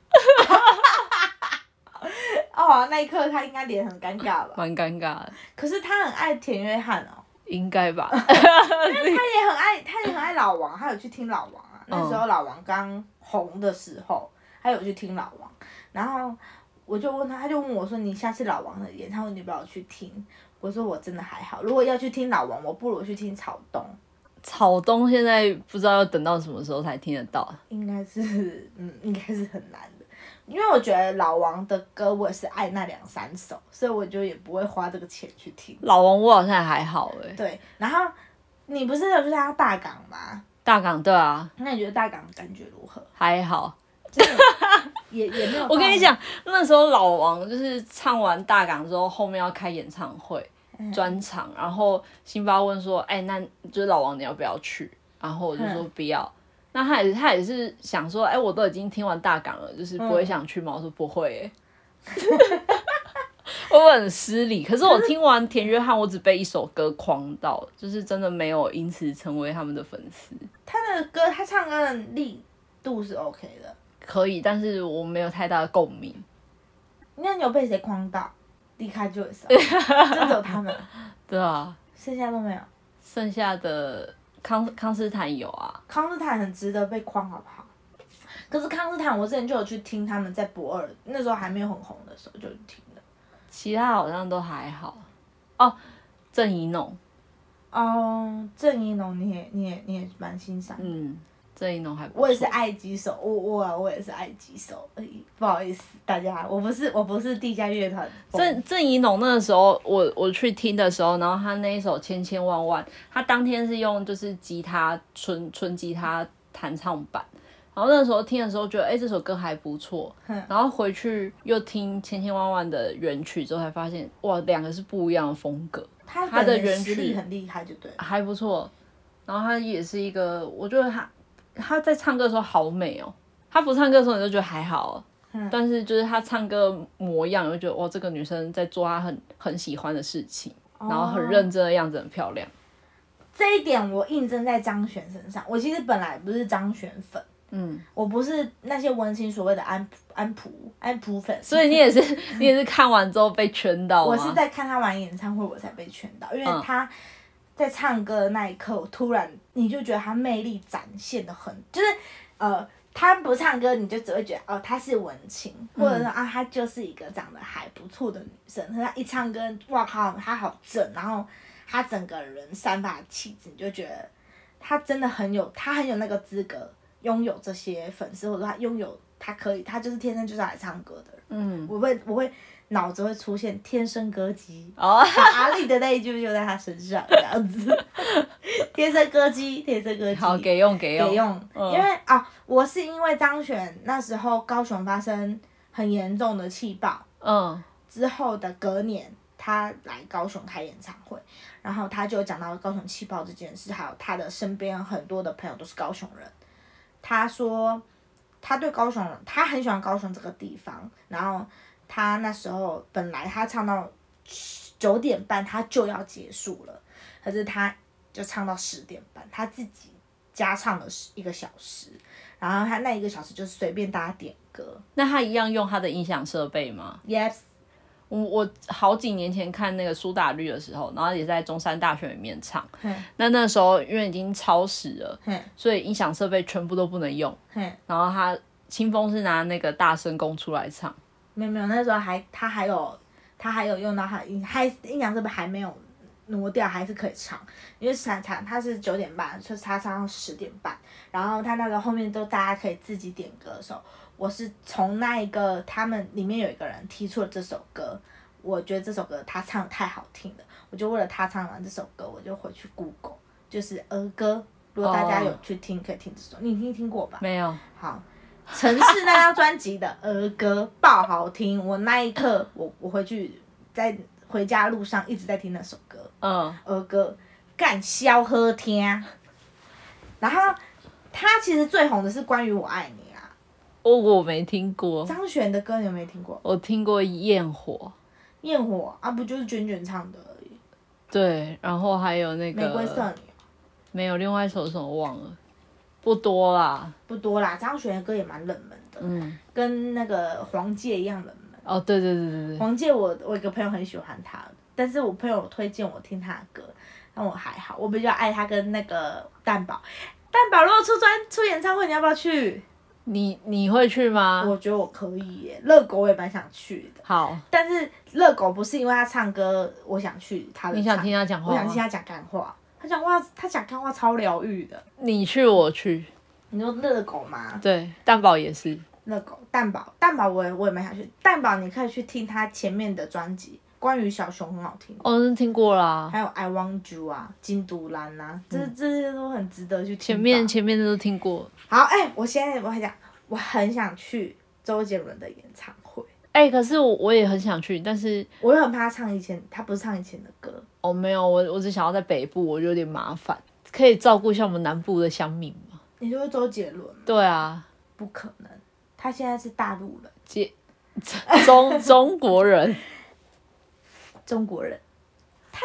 Speaker 1: 哦，那一刻他应该脸很尴尬吧？
Speaker 2: 蛮尴尬的，
Speaker 1: 可是他很爱田约翰 哦，
Speaker 2: 应该吧？
Speaker 1: 他也很爱，他也很爱老王，他有去听老王啊。
Speaker 2: 嗯
Speaker 1: 那时候老王刚红的时候，他有去听老王，然后我就问他，他就问我说：“你下次老王的演唱会你要不要去听？”我说：“我真的还好，如果要去听老王，我不如去听草东，
Speaker 2: 草东现在不知道要等到什么时候才听得到，
Speaker 1: 应该是，嗯，应该是很难的。”因为我觉得老王的歌我也是爱那两三首，所以我就也不会花这个钱去听。
Speaker 2: 老王我好像还好哎、
Speaker 1: 对，然后你不是有去他大港吗？
Speaker 2: 大港对啊，
Speaker 1: 那你觉得大港感觉如何？
Speaker 2: 还好。
Speaker 1: 也也没有。
Speaker 2: 我跟你，讲，那时候老王就是唱完大港之后，后面要开演唱会专场，然后辛巴问说：“哎、那就是老王你要不要去？”然后我就说
Speaker 1: 嗯
Speaker 2: 不要。那他也他也是想说：“哎、我都已经听完大港了，就是不会想去吗？”我说不会、欸。我很失礼，可是我听完田约翰，我只被一首歌框到，就是真的没有因此成为他们的粉丝。
Speaker 1: 他的歌，他唱歌的力度是 OK 的。
Speaker 2: 可以，但是我没有太大的共鸣。
Speaker 1: 那你有被谁框到？离开就少，就 只有他们，
Speaker 2: 对啊，
Speaker 1: 剩下都没有。
Speaker 2: 剩下的康康斯坦有啊，
Speaker 1: 康斯坦很值得被框，好不好？可是康斯坦，我之前就有去听他们在博尔，那时候还没有很红的时候就听的。
Speaker 2: 其他好像都还好。哦，郑怡农，
Speaker 1: 哦，郑怡农，你也你也你也蛮欣赏。
Speaker 2: 嗯，郑怡农还不错
Speaker 1: 我也是爱几首，我我我也是爱几首而已，不好意思大家，我不是 我不是地下乐团，
Speaker 2: 郑郑怡农那个时候，我我去听的时候，然后他那一首《千千万万》，他当天是用就是吉他纯纯吉他弹唱版，然后那时候听的时候觉得，哎、这首歌还不错，
Speaker 1: 嗯
Speaker 2: 然后回去又听《千千万万》的原曲之后，才发现哇，两个是不一样的风格，
Speaker 1: 他
Speaker 2: 他的
Speaker 1: 本人
Speaker 2: 原
Speaker 1: 实力
Speaker 2: 曲
Speaker 1: 很厉害，就对了。
Speaker 2: 还不错。然后他也是一个，我觉得他他在唱歌的时候好美哦，他不唱歌的时候你就觉得还好哦，
Speaker 1: 嗯
Speaker 2: 但是就是他唱歌模样，你就觉得哇，这个女生在做她很很喜欢的事情，
Speaker 1: 哦
Speaker 2: 然后很认真的样子，很漂亮。
Speaker 1: 这一点我印证在张悬身上。我其实本来不是张悬粉，
Speaker 2: 嗯，
Speaker 1: 我不是那些文青所谓的安普安普安普粉，
Speaker 2: 所以 你也是你也是看完之后被圈到吗？啊
Speaker 1: 我是在看他玩演唱会我才被劝到，因为他在唱歌的那一刻，我突然你就觉得他魅力展现的很，就是呃。他不唱歌，你就只会觉得哦，她是文青，或者说啊，她就是一个长得还不错的女生。可是她一唱歌，哇靠，她好正，然后她整个人散发的气质，你就觉得她真的很有，她很有那个资格拥有这些粉丝，或者说她拥有他可以，他就是天生就是来唱歌的人。
Speaker 2: 嗯，
Speaker 1: 我会我会脑子会出现天生歌姬，
Speaker 2: 哦，
Speaker 1: 阿力的那一句就在他身上这样子，天生歌姬，天生歌姬。
Speaker 2: 好，给用给用
Speaker 1: 得用，
Speaker 2: 嗯
Speaker 1: 因为啊，我是因为张悬那时候高雄发生很严重的气爆
Speaker 2: 嗯
Speaker 1: 之后的隔年，他来高雄开演唱会，然后他就讲到高雄气爆这件事，还有他的身边很多的朋友都是高雄人，他说他对高雄，他很喜欢高雄这个地方，然后他那时候本来他唱到九点半他就要结束了，可是他就唱到十点半，他自己加唱了一个小时，然后他那一个小时就是随便大家点歌
Speaker 2: 那他一样用他的音响设备吗？
Speaker 1: ，yes，
Speaker 2: 我我好几年前看那个苏打绿的时候，然后也在中山大学里面唱。
Speaker 1: 嘿
Speaker 2: 那那时候因为已经超时了，
Speaker 1: 嘿
Speaker 2: 所以音响设备全部都不能用。
Speaker 1: 嘿，
Speaker 2: 然后他清风是拿那个大声公出来唱，
Speaker 1: 没有没有，那时候还他还有他还有用到他音还音响设备还没有挪掉，还是可以唱，因为闪闪他是九点半，就是他唱到十点半，然后他那个后面都大家可以自己点歌的时候，我是从那一个他们里面有一个人提出了这首歌，我觉得这首歌他唱得太好听了，我就为了他唱完这首歌，我就回去 Google，就是儿歌。如果大家有去听可以听这首，你一定听过吧？
Speaker 2: 没有
Speaker 1: 好，城市那张专辑的儿歌爆好听，我那一刻我我回去在回家路上一直在听那首歌
Speaker 2: 嗯
Speaker 1: 儿歌，干消喝听。啊然后他其实最红的是关于我爱你啊，
Speaker 2: 我我没听过，
Speaker 1: 张悬的歌你有没有听过？
Speaker 2: 我听过焰火，
Speaker 1: 焰火啊，不就是卷卷唱的而已，
Speaker 2: 对，然后还有那
Speaker 1: 玫瑰
Speaker 2: 个
Speaker 1: 色女。
Speaker 2: 没有另外一首什么忘了，不多啦，
Speaker 1: 不多啦，张悬的歌也蛮冷门的，
Speaker 2: 嗯，
Speaker 1: 跟那个黄玠一样冷门。
Speaker 2: 哦对对对对对，
Speaker 1: 黄玠，我我有个朋友很喜欢他，但是我朋友推荐我听他的歌，但我还好，我比较爱他跟那个蛋宝。蛋宝如果出专出演唱会，你要不要去？
Speaker 2: 你你会去吗？
Speaker 1: 我觉得我可以耶，热狗我也蛮想去的，
Speaker 2: 好，
Speaker 1: 但是热狗不是因为他唱歌，我想去他的。
Speaker 2: 你想听？他讲
Speaker 1: 我
Speaker 2: 话
Speaker 1: 想听
Speaker 2: 吗？
Speaker 1: 他讲干话，他讲话他讲干话超疗愈的。
Speaker 2: 你去我去，
Speaker 1: 你说热狗吗？
Speaker 2: 对，蛋堡也是，
Speaker 1: 热狗蛋堡，蛋堡我也我也蛮想去。蛋堡你可以去听他前面的专辑，关于小熊很好听。
Speaker 2: 哦，真的听过啦，
Speaker 1: 还有 I Want You 啊、金都兰啊，这、这些都很值得去听吧。
Speaker 2: 嗯前面前面的都听过，
Speaker 1: 好，哎、我现在我还讲，我很想去周杰伦的演唱会，
Speaker 2: 哎、可是我我也很想去，但是
Speaker 1: 我又很怕他唱以前，他不是唱以前的歌，
Speaker 2: 哦没有，我我只想要在北部，我就有点麻烦，可以照顾一下我们南部的乡民吗？
Speaker 1: 你说周杰伦吗
Speaker 2: 对啊，
Speaker 1: 不可能，他现在是大陆人，
Speaker 2: 接中中国 人
Speaker 1: 中国人，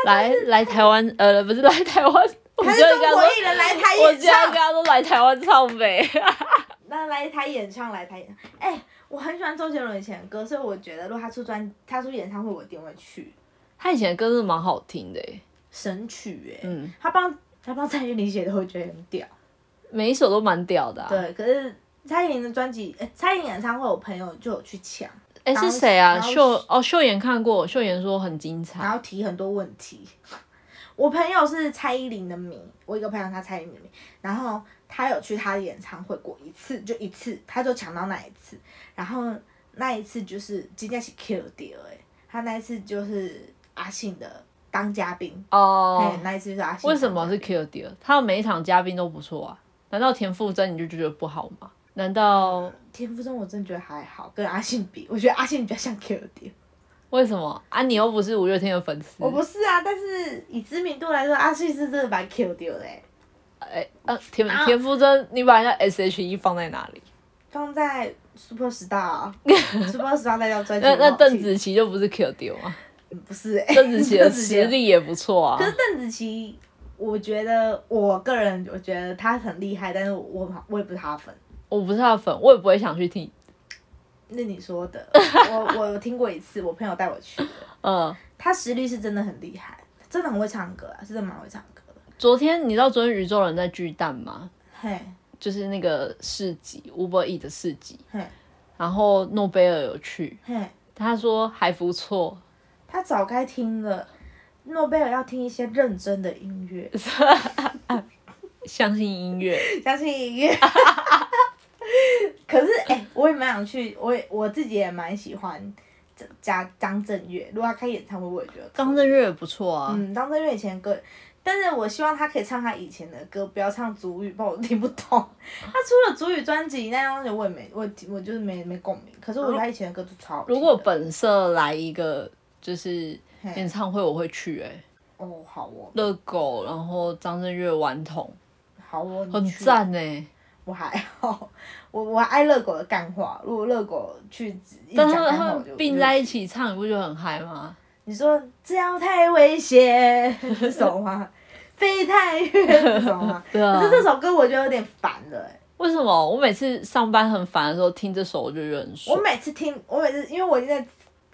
Speaker 2: 来来台湾，呃，不是来台湾，我
Speaker 1: 他
Speaker 2: 现
Speaker 1: 是
Speaker 2: 在
Speaker 1: 中
Speaker 2: 刚
Speaker 1: 国
Speaker 2: 说，
Speaker 1: 艺人来台
Speaker 2: 我
Speaker 1: 演
Speaker 2: 现在刚
Speaker 1: 唱，
Speaker 2: 刚都来台湾唱呗。
Speaker 1: 那来台演唱，来台演唱，哎、我很喜欢周杰伦以前的歌，所以我觉得如果他出专，他出演唱会，我一定会去。
Speaker 2: 他以前的歌是蛮好听的耶，欸
Speaker 1: 神曲哎、
Speaker 2: 嗯，
Speaker 1: 他帮他帮蔡依林写的，我觉得很屌。
Speaker 2: 每一首都蛮屌的、啊。，
Speaker 1: 对，可是蔡依林的专辑，诶蔡依林演唱会，我朋友就有去抢，
Speaker 2: 哎、
Speaker 1: 然后
Speaker 2: 是谁啊？
Speaker 1: 然后
Speaker 2: 秀哦，秀妍看过，秀妍说很精彩。
Speaker 1: 然后提很多问题。我朋友是蔡依林的迷，我一个朋友他蔡依林的迷，然后他有去他的演唱会过一次，就一次，他就抢到那一次，然后那一次就是今天是 Q 掉哎，他那一次就是阿信的当嘉宾，
Speaker 2: 哦
Speaker 1: 哎、，那一次就是阿信。
Speaker 2: 为什么是？Q 迪尔？他的每一场嘉宾都不错啊。难道田馥甄你就觉得不好吗？难道
Speaker 1: 田馥甄我真的觉得还好，跟阿信比，我觉得阿信比较像 Q 掉。
Speaker 2: 为什么啊？你又不是五月天的粉丝
Speaker 1: 我。不是啊，但是以知名度来说，阿信是真的欸把 Q 丢嘞、
Speaker 2: 哎、呃，田
Speaker 1: 啊哦
Speaker 2: 田馥甄，你把人家 S H E 放在哪里？
Speaker 1: 放在 Super Star 啊，Super Star 那张专辑
Speaker 2: 那
Speaker 1: 很好听。
Speaker 2: 那邓紫棋就不是 Q 迪尔吗？
Speaker 1: 嗯不是、欸，
Speaker 2: 邓紫棋 的
Speaker 1: 邓紫棋
Speaker 2: 实力也不错啊
Speaker 1: 可。是 邓紫棋，我觉得我个人我觉得她很厉害，但是我我我也不是她粉。
Speaker 2: 我不是他的粉，我也不会想去听。
Speaker 1: 那你说的， 我我有听过一次，我朋友带我去的，
Speaker 2: 嗯，
Speaker 1: 她实力是真的很厉害，真的很会唱歌啊，是真的蛮会唱歌的。
Speaker 2: 昨天你知道昨天宇宙人在巨蛋吗？
Speaker 1: 嘿，
Speaker 2: 就是那个市集 Uber E 的市集，
Speaker 1: 嘿，
Speaker 2: 然后诺贝尔有去，
Speaker 1: 嘿，
Speaker 2: 他说还不错，
Speaker 1: 她早该听了。诺贝尔要听一些认真的音乐，
Speaker 2: 相信音乐。
Speaker 1: 相信音乐。可是哎、我也蛮想去，我也我自己也蛮喜欢这加张震岳，如果他开演唱会，我也觉得可以
Speaker 2: 张震岳也不错啊，
Speaker 1: 嗯，张震岳以前的歌，但是我希望他可以唱他以前的歌，不要唱主语，不然我听不 懂。他出了主语专辑那张，我也没，我我就是没没共鸣。可是我觉得他以前的歌都超好听的
Speaker 2: 如果本色来一个就是
Speaker 1: 嘿
Speaker 2: 演唱会，我会去哎、欸，
Speaker 1: 哦好哦
Speaker 2: 热狗，然后张震岳、顽童，
Speaker 1: 好哦，你
Speaker 2: 很
Speaker 1: 去，
Speaker 2: 赞哎、欸。
Speaker 1: 我还好，我 我爱热狗的干话。如果热狗去一
Speaker 2: 但
Speaker 1: 讲
Speaker 2: 他们
Speaker 1: 干
Speaker 2: 他
Speaker 1: 话，我就
Speaker 2: 们并
Speaker 1: 我就
Speaker 2: 在一起唱，你不觉得很嗨吗？
Speaker 1: 你说这样太危 险这首吗？飞太远这首吗？
Speaker 2: 对啊
Speaker 1: 可是这首歌我就有点烦了、欸。
Speaker 2: 为什么我每次上班很烦的时候听这首，我就觉得很
Speaker 1: 我
Speaker 2: 爽？
Speaker 1: 每次听，我每次因为我已经在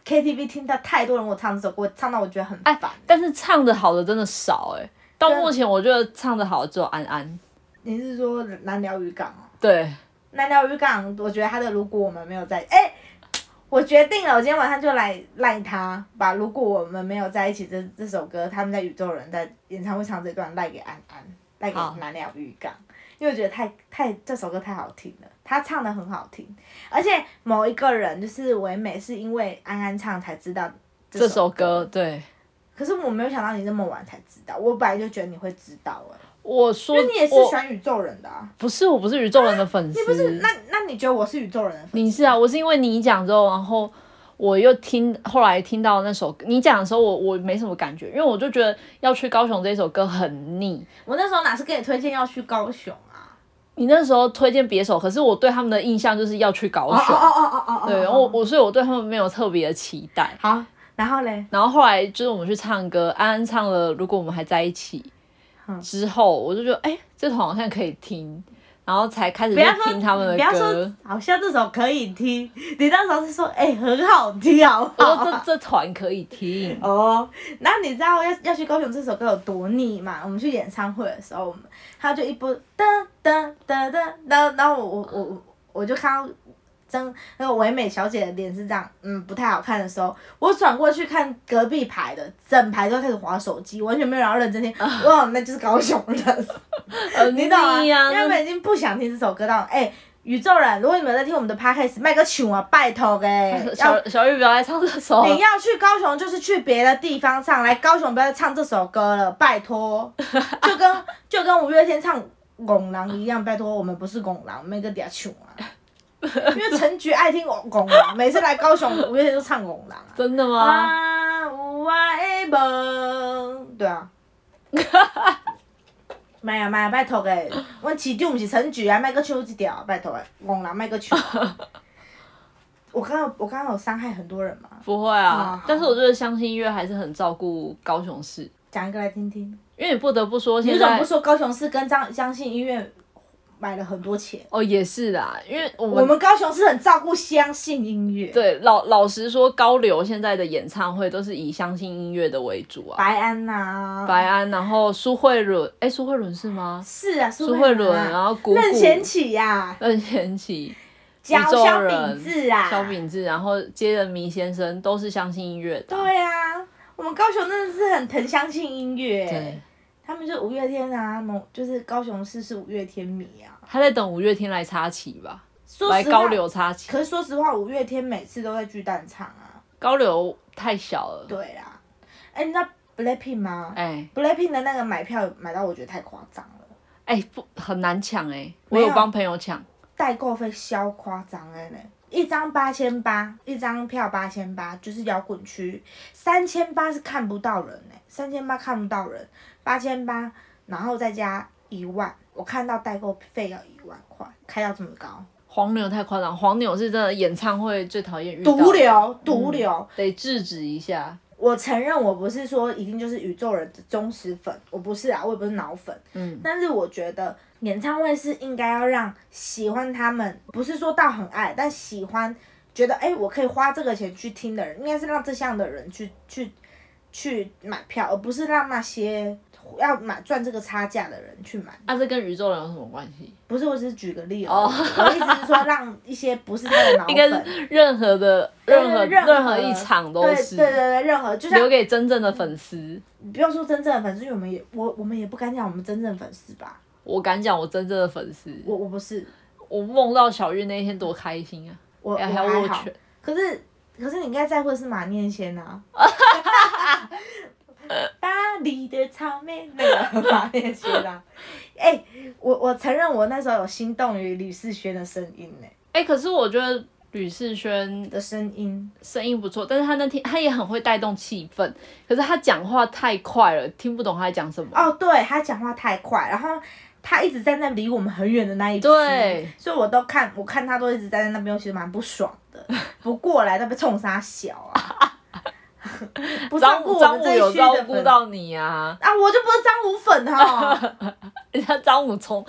Speaker 1: KTV 听到太多人我唱这首歌，我唱到我觉得很
Speaker 2: 哎
Speaker 1: 烦。
Speaker 2: 但是唱的好的真的少哎、欸。到
Speaker 1: 对
Speaker 2: 目前我觉得唱的好的只有安安。
Speaker 1: 你是说南寮渔港哦？
Speaker 2: 对，
Speaker 1: 南寮渔港，我觉得他的如果我们没有在，哎、我决定了，我今天晚上就来赖他，把如果我们没有在一起这这首歌，他们在宇宙人在演唱会唱这段赖给安安，赖给
Speaker 2: 好
Speaker 1: 南寮渔港，因为我觉得太太这首歌太好听了，他唱的很好听，而且某一个人就是唯美，是因为安安唱才知道
Speaker 2: 这首歌对
Speaker 1: 可是我没有想到你那么晚才知道，我本来就觉得你会知道哎、
Speaker 2: 我说
Speaker 1: 因为你也是
Speaker 2: 我
Speaker 1: 喜欢宇宙人的啊。
Speaker 2: 不是我不是宇宙人的粉丝，
Speaker 1: 不是，那那你觉得我是宇宙人的粉
Speaker 2: 你是啊，我是因为你讲之后，然后我又听，后来听到那首歌你讲的时候我，我没什么感觉，因为我就觉得要去高雄这首歌很腻。
Speaker 1: 丝？我那时候哪是跟你推荐要去高雄啊？
Speaker 2: 你那时候推荐别首，可是我对他们的印象就是要去高
Speaker 1: 哦
Speaker 2: 雄，
Speaker 1: 哦哦哦哦哦。
Speaker 2: 对，然后我我所以我对他们没有特别的期待。
Speaker 1: 好，然后嘞，
Speaker 2: 然后后来就是我们去唱歌，安安唱了《如果我们还在一起》之后，我就觉得哎、这团好像可以听，然后才开始去
Speaker 1: 不要说
Speaker 2: 听他们的
Speaker 1: 不要
Speaker 2: 歌
Speaker 1: 说。哦好像这首可以听，你那时候是说哎、很好听，好不
Speaker 2: 我说
Speaker 1: 好？
Speaker 2: 这这团可以听，
Speaker 1: 哦，然后你知道要要去高雄这首歌有多腻吗？我们去演唱会的时候，我们他就一波噔噔噔噔，然后然后我我我我就看到真那个唯美小姐的脸是这样，嗯，不太好看的时候，我转过去看隔壁排的，整排都开始划手机，完全没有人要认真听，哇，那就是高雄 人。
Speaker 2: 呃，
Speaker 1: 哦你懂吗？
Speaker 2: 腻啊，
Speaker 1: 因为他们已经不想听这首歌到哎、宇宙人，如果你们在听我们的 podcast，卖个球啊，拜托给、要
Speaker 2: 小小玉不要来唱这首，
Speaker 1: 你要去高雄，就是去别的地方唱，来高雄不要再唱这首歌了，拜托。就 跟就跟五月天唱《拱狼》一样，拜托，我们不是拱狼，我们跟底下穷啊。因为陈菊爱听拱拱狼，每次来高雄，五月天都唱拱狼啊。
Speaker 2: 真的吗？
Speaker 1: 啊，有我的梦，对 啊。妈呀妈啊呀，拜托诶！阮市长毋是陈菊啊，卖个唱一条，拜托诶，戆人卖个 唱。我刚刚我刚刚有伤害很多人吗？
Speaker 2: 不会
Speaker 1: 啊
Speaker 2: 啊
Speaker 1: 好，
Speaker 2: 但是我觉得相信音乐还是很照顾高雄市，
Speaker 1: 讲一个来听听。
Speaker 2: 因为你不得不说
Speaker 1: 你
Speaker 2: 现
Speaker 1: 为什么
Speaker 2: 在
Speaker 1: 不说高雄市跟张相信音乐买了很多钱？
Speaker 2: 哦也是啦，因为我们
Speaker 1: 我们高雄市很照顾相信音乐，
Speaker 2: 对老老实说，高流现在的演唱会都是以相信音乐的为主啊，
Speaker 1: 白安呐、
Speaker 2: 白安，然后苏慧伦，哎，苏慧伦是吗？
Speaker 1: 是啊，苏
Speaker 2: 苏慧伦，
Speaker 1: 啊，
Speaker 2: 然后呃谷谷，
Speaker 1: 任贤啊齐呀，
Speaker 2: 任贤齐，
Speaker 1: 焦
Speaker 2: 宇宙
Speaker 1: 肖
Speaker 2: 人
Speaker 1: 秉志啊，
Speaker 2: 萧秉治，然后接着迷先生，都是相信音乐的啊。
Speaker 1: 对啊，我们高雄真的是很疼相信音乐、
Speaker 2: 对，
Speaker 1: 他们就五月天啊，某就是高雄市是五月天迷啊。
Speaker 2: 他在等五月天来插旗吧，
Speaker 1: 说
Speaker 2: 来
Speaker 1: 实话
Speaker 2: 高，流插旗。
Speaker 1: 可是说实话，五月天每次都在巨蛋唱啊。
Speaker 2: 高流太小了，
Speaker 1: 对啊，哎、你知道 Blackpink 吗、
Speaker 2: 哎、
Speaker 1: b l a c k p i n k 的那个买票买到我觉得太夸张了，
Speaker 2: 哎、不很难抢哎、我
Speaker 1: 没有啊
Speaker 2: 有帮朋友抢，
Speaker 1: 代购费超夸张哎呢。一张八千八，一张票八千八，就是摇滚区三千八是看不到人呢、三千八看不到人，八千八，然后再加一万，我看到代购费要一万块，开到这么高，
Speaker 2: 黄牛太夸张，黄牛是真的演唱会最讨厌遇到嗯的
Speaker 1: 毒，瘤，毒瘤，
Speaker 2: 得制止一下。
Speaker 1: 我承认我不是说一定就是宇宙人的忠实粉，我不是啊，我也不是脑粉，
Speaker 2: 嗯，
Speaker 1: 但是我觉得演唱会是应该要让喜欢他们，不是说到很爱，但喜欢觉得哎、诶我可以花这个钱去听的人，应该是让这项的人去去去买票，而不是让那些要买赚这个差价的人去买。
Speaker 2: 啊，这跟宇宙人有什么关系？
Speaker 1: 不是，我只是举个例哦，我意思是说让一些不是他的脑
Speaker 2: 应该
Speaker 1: 粉。
Speaker 2: 是 任何的任何
Speaker 1: 任何
Speaker 2: 任何一场都
Speaker 1: 对
Speaker 2: 是
Speaker 1: 对对对，任何就像
Speaker 2: 留给真正的粉丝。
Speaker 1: 不要说真正的粉丝，因为我们也我我们也不敢讲我们真正的粉丝吧，
Speaker 2: 我敢讲，我真正的粉丝，
Speaker 1: 我我不是，
Speaker 2: 我梦到小月那一天多开心啊！
Speaker 1: 我我
Speaker 2: 哎还
Speaker 1: 还
Speaker 2: 要握
Speaker 1: 好
Speaker 2: 拳，
Speaker 1: 可是可是你应该在乎的是马念先 啊。巴黎的草莓那个马念先啊，哎、我我承认我那时候有心动于吕世轩的声音呢、
Speaker 2: 哎、可是我觉得吕世轩
Speaker 1: 的声音，
Speaker 2: 声音不错，但是他那天他也很会带动气氛，可是他讲话太快了，听不懂他在讲什么。
Speaker 1: 哦，对他讲话太快，然后他一直站在离我们很远的那一区，
Speaker 2: 对，
Speaker 1: 所以我都看，我看他都一直站在那边，我其实蛮不爽的，不过来那边冲啥小啊， 不照
Speaker 2: 张
Speaker 1: 顾我
Speaker 2: 张
Speaker 1: 们
Speaker 2: 武
Speaker 1: 这一
Speaker 2: 有
Speaker 1: 区
Speaker 2: 照
Speaker 1: 的
Speaker 2: 顾
Speaker 1: 粉
Speaker 2: 到你啊，
Speaker 1: 啊，我就不是张武粉哈、
Speaker 2: 人家张武从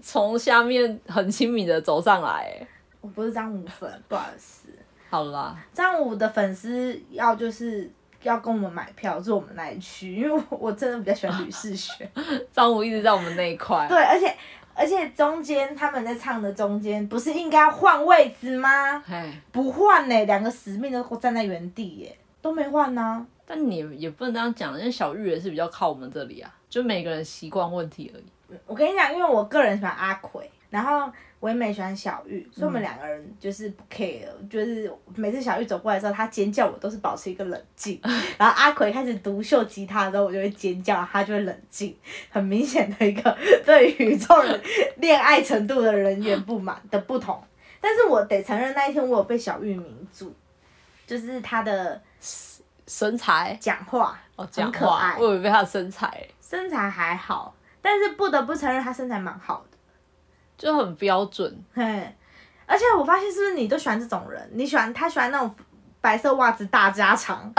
Speaker 2: 从下面很亲民的走上来、哎
Speaker 1: 我不是张武粉，不好意思，
Speaker 2: 好啦，
Speaker 1: 张武的粉丝要就是。要跟我们买票，是我们那一区，因为我我真的比较喜欢吕世轩。
Speaker 2: 张武一直在我们那一 块，
Speaker 1: 对，而且而且中间他们在唱的中间，不是应该要换位置吗？
Speaker 2: 哎，
Speaker 1: 不换呢、两个死命的站在原地耶、都没换呢、
Speaker 2: 但你也不能这样讲，因为小玉也是比较靠我们这里啊，就每个人习惯问题而已。
Speaker 1: 我跟你讲，因为我个人喜欢阿奎，然后唯美喜欢小玉，所以我们两个人就是不 care，、就是每次小玉走过来的时候，她尖叫我都是保持一个冷静， 然后阿奎开始独秀吉他的时候，我就会尖叫，他就会冷静，很明显的一个 对于这种人恋爱程度的人员不满的不同。但是我得承认，那一天我有被小玉迷住，就是她的
Speaker 2: 身材
Speaker 1: 讲话
Speaker 2: 哦，
Speaker 1: 很
Speaker 2: 讲
Speaker 1: 可
Speaker 2: 话，
Speaker 1: 爱，
Speaker 2: 我以为他的身材
Speaker 1: 身材还好，但是不得不承认她身材蛮好的。
Speaker 2: 就很标准，
Speaker 1: 嘿，而且我发现是不是你都喜欢这种人？你喜欢他喜欢那种白色袜子大加 长，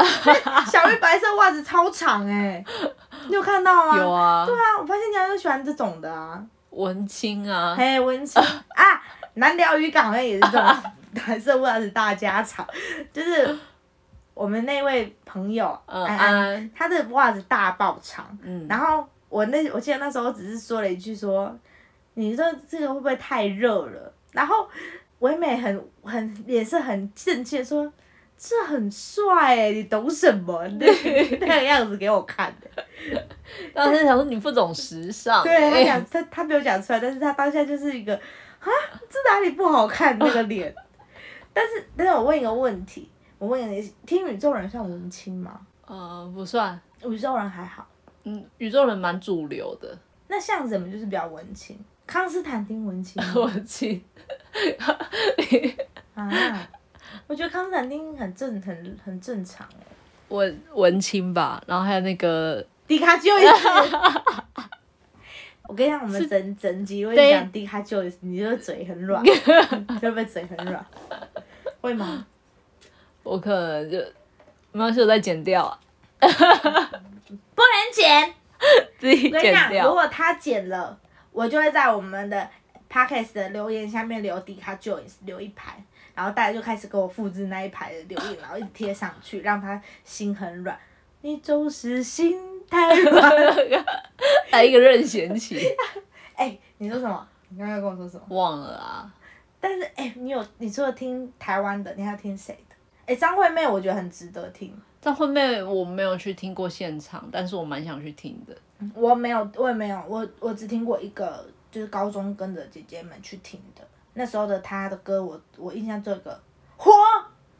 Speaker 1: 小玉白色袜子超长哎、你有看到吗？
Speaker 2: 有啊，
Speaker 1: 对啊，我发现你家都喜欢这种的啊。
Speaker 2: 文青啊，
Speaker 1: 嘿，文 青啊，南寮渔港好像也是这种白色袜子大加长，就是我们那位朋友
Speaker 2: 嗯
Speaker 1: 安
Speaker 2: 安
Speaker 1: 安，他的袜子大爆长，
Speaker 2: 嗯，
Speaker 1: 然后我那我记得那时候只是说了一句说，你说这个会不会太热了？然后唯美很很脸色很正确地说，这很帅欸，你懂什么？那那个样子给我看的。
Speaker 2: 当时想说你不懂时尚，
Speaker 1: 对他
Speaker 2: 哎
Speaker 1: 讲他他没有讲出来，但是他当下就是一个啊，这哪里不好看那个脸。 但是但是我问一个问题，我问你，听宇宙人算文青吗？
Speaker 2: 呃，不算，
Speaker 1: 宇宙人还好，
Speaker 2: 嗯，宇宙人蛮主流的，
Speaker 1: 那像什么就是比较文青？康斯坦丁文 青吗。
Speaker 2: 文青，
Speaker 1: 啊，我觉得康斯坦丁很正，很很正常哎。
Speaker 2: 文文青吧，然后还有那个
Speaker 1: 迪卡就也 是。我跟你讲，我们整整集会
Speaker 2: 对
Speaker 1: 讲迪卡就也是，你就嘴很 软，会不会嘴很软？会吗？
Speaker 2: 我可能就没关系，我再剪掉啊，
Speaker 1: 不能剪。
Speaker 2: 自己
Speaker 1: 我跟你
Speaker 2: 剪
Speaker 1: 讲，如
Speaker 2: 掉，
Speaker 1: 果他剪了，我就会在我们的 podcast 的留言下面留迪卡 Joyce 留一排，然后大家就开始给我复制那一排的留言，然后一直贴上去，让他心很软。你总是心太 软。
Speaker 2: 来一个任贤 齐，
Speaker 1: 哎、你说什么？你刚刚跟我说什么？
Speaker 2: 忘了啊，
Speaker 1: 但是哎、你有你除了听台湾的，你还要听谁的？哎、张惠妹我觉得很值得听，
Speaker 2: 张惠妹我没有去听过现场，但是我蛮想去听的，
Speaker 1: 我没有，我也没有，我我只听过一个，就是高中跟着姐姐们去听的。那时候的她的歌我，我印象最有一个《火》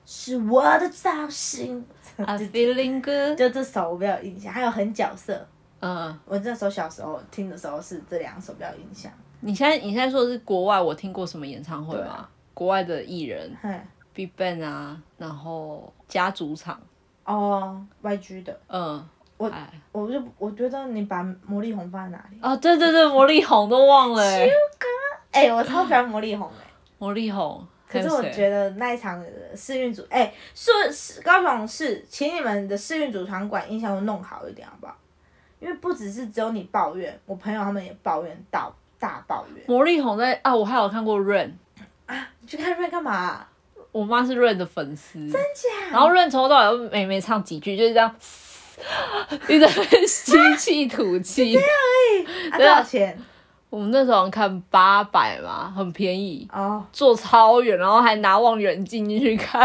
Speaker 1: 是我的造型，
Speaker 2: I'm feeling good，
Speaker 1: 就这首我比较有印象。还有很角色，
Speaker 2: 嗯，
Speaker 1: 我那时候小时候听的时候是这两首比较有印象。
Speaker 2: 你现在你现在说的是国外我听过什么演唱会
Speaker 1: 对
Speaker 2: 吗？国外的艺人
Speaker 1: 哼，
Speaker 2: Big Bang 啊，然后家族场，
Speaker 1: 哦，YG 的，
Speaker 2: 嗯，
Speaker 1: 我
Speaker 2: 哎
Speaker 1: 我就我觉得你把魔力红放在哪里？
Speaker 2: 啊，对对对，魔力红都忘了、 欸，
Speaker 1: 哎、我超喜欢魔力红哎、
Speaker 2: 魔力红。
Speaker 1: 可是我
Speaker 2: 还有谁
Speaker 1: 觉得那一场的试运组，哎、是是高雄市，请你们的试运组场馆印象都弄好一点，好不好？因为不只是只有你抱怨，我朋友他们也抱怨到大抱怨。
Speaker 2: 魔力红在啊，我还有看过 Rain，
Speaker 1: 你去看瑞干嘛、啊
Speaker 2: 我妈是 Rain 的粉丝，真假？然后 Rain 从头到尾都每每唱几句就是这样，一直 在吸气吐气。
Speaker 1: 啊，多少钱？
Speaker 2: 我们那时候好像看八百嘛，很便宜，
Speaker 1: 哦，
Speaker 2: 坐超远，然后还拿望远镜进去看。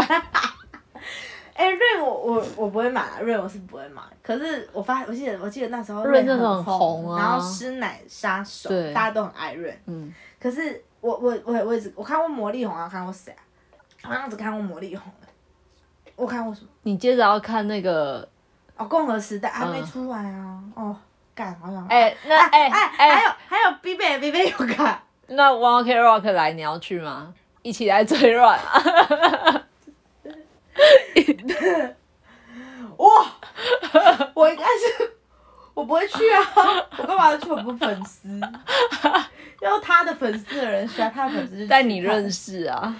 Speaker 1: 哎、瑞我我我不会买啊，瑞我是不会买。可是我发，我记得我记得那时候
Speaker 2: 瑞那时候
Speaker 1: 很
Speaker 2: 很红啊
Speaker 1: 然后师奶杀手
Speaker 2: 对，
Speaker 1: 大家都很爱瑞。
Speaker 2: 嗯，
Speaker 1: 可是我我我我也只我看过魔力红啊，看过谁啊？我好像只看过魔力红、我看过什么？
Speaker 2: 你接着要看那个，
Speaker 1: 哦，共和时代还
Speaker 2: 嗯
Speaker 1: 没出来啊。哦，干，好想。
Speaker 2: 哎、那哎
Speaker 1: 哎
Speaker 2: 哎，
Speaker 1: 还有还有 B 贝 B 贝有看，
Speaker 2: 那 One Ok Rock 来，你要去吗？一起来追乱啊！
Speaker 1: 哇，我应该是我不会去啊， 我干嘛要去我不粉丝？要他的粉丝的人，喜欢他的粉丝就去看。
Speaker 2: 带你认识 啊，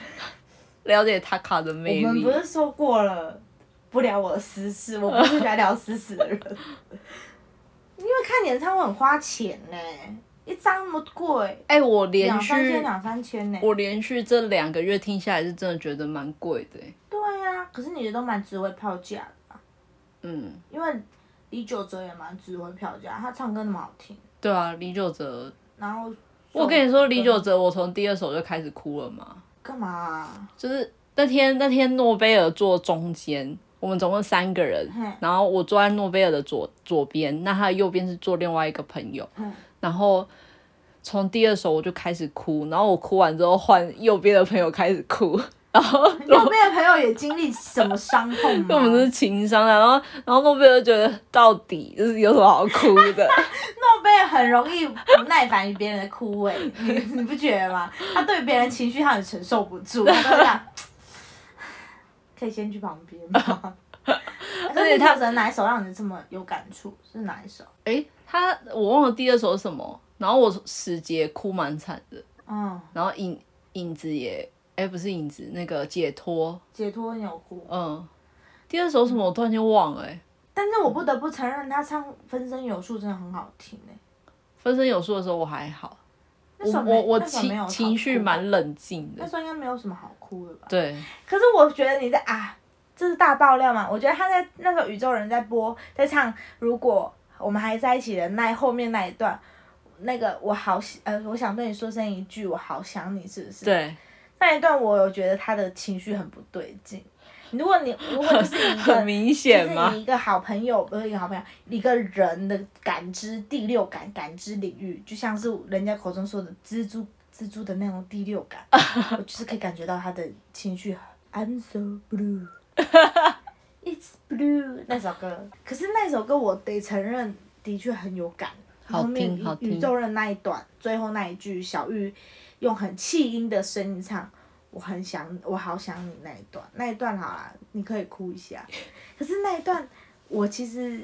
Speaker 2: 了解塔卡的魅
Speaker 1: 我们
Speaker 2: 力
Speaker 1: 不。是说过了，不聊我的私事，我不是喜欢聊私事 的人。因为看演唱会很花钱呢、一张那么贵，
Speaker 2: 哎、我连
Speaker 1: 两啊三千
Speaker 2: 续
Speaker 1: 两三千呢、
Speaker 2: 我连续这两个月听下来，是真的觉得蛮贵的、欸。
Speaker 1: 对呀、可是你的都蛮值回票价的吧？
Speaker 2: 嗯，
Speaker 1: 因为李玖哲也蛮值回票价，他唱歌那么好听，
Speaker 2: 对啊，李玖哲，
Speaker 1: 然后
Speaker 2: 我跟你说，
Speaker 1: 啊
Speaker 2: 李玖哲，我从第二首就开始哭了嘛。
Speaker 1: 干嘛啊、
Speaker 2: 就是那天那天诺贝尔坐中间，我们总共三个人
Speaker 1: 嗯，
Speaker 2: 然后我坐在诺贝尔的左左边，那他的右边是坐另外一个朋友
Speaker 1: 嗯，
Speaker 2: 然后从第二首我就开始哭，然后我哭完之后换右边的朋友开始哭，
Speaker 1: 右边的朋友也经历什么伤痛吗？
Speaker 2: 哦 因为我们都是情商的，啊然后然后诺贝尔就觉得到底就是有什么好哭的，
Speaker 1: 诺贝尔很容易不耐烦于别人的哭味，你你不觉得吗？他对别人情绪他很承受不住，他就这样，可以先去旁边 吗？而且他人哪一首让你这么有感触？是哪一首？
Speaker 2: 诶、他我忘了第二首是什么，然后我史杰哭蛮惨的，
Speaker 1: 嗯，
Speaker 2: 然后影影子也诶、不是影子那个解脱。
Speaker 1: 解脱你有哭，
Speaker 2: 嗯，第二首什么我突然间忘了、欸，
Speaker 1: 但是我不得不承认，他唱《分身有术》真的很好听诶、
Speaker 2: 分身有术》的时候我还好，
Speaker 1: 那
Speaker 2: 我
Speaker 1: 首没
Speaker 2: 我我
Speaker 1: 那首没有
Speaker 2: 情
Speaker 1: 好
Speaker 2: 情绪
Speaker 1: 哭
Speaker 2: 蛮冷静
Speaker 1: 那
Speaker 2: 的，
Speaker 1: 时候应该没有什么好哭的吧？
Speaker 2: 对，
Speaker 1: 可是我觉得你在啊，这是大爆料嘛？我觉得他在那时候宇宙人在播，在唱《如果我们还在一起的那》后面那一段，那个我好喜呃，我想对你说声一句，我好想你，是不是？
Speaker 2: 对，
Speaker 1: 那一段我有觉得他的情绪很不对劲。如果你如果就是一个
Speaker 2: 很明显
Speaker 1: 就是
Speaker 2: 嘛
Speaker 1: 你，一个好朋友，不是一个好朋友，一个人的感知第六感、感知领域，就像是人家口中说的蜘蛛蜘蛛的那种第六感，我就是可以感觉到他的情绪。I'm so blue 。It's blue 那首歌，可是那首歌我得承认的确很有感，
Speaker 2: 好
Speaker 1: 后面
Speaker 2: 听好
Speaker 1: 宇
Speaker 2: 听
Speaker 1: 宙人那一段最后那一句，小玉用很气音的声音唱“我很想，我好想你”那一段，那一段好啦，你可以哭一下。可是那一段，我其实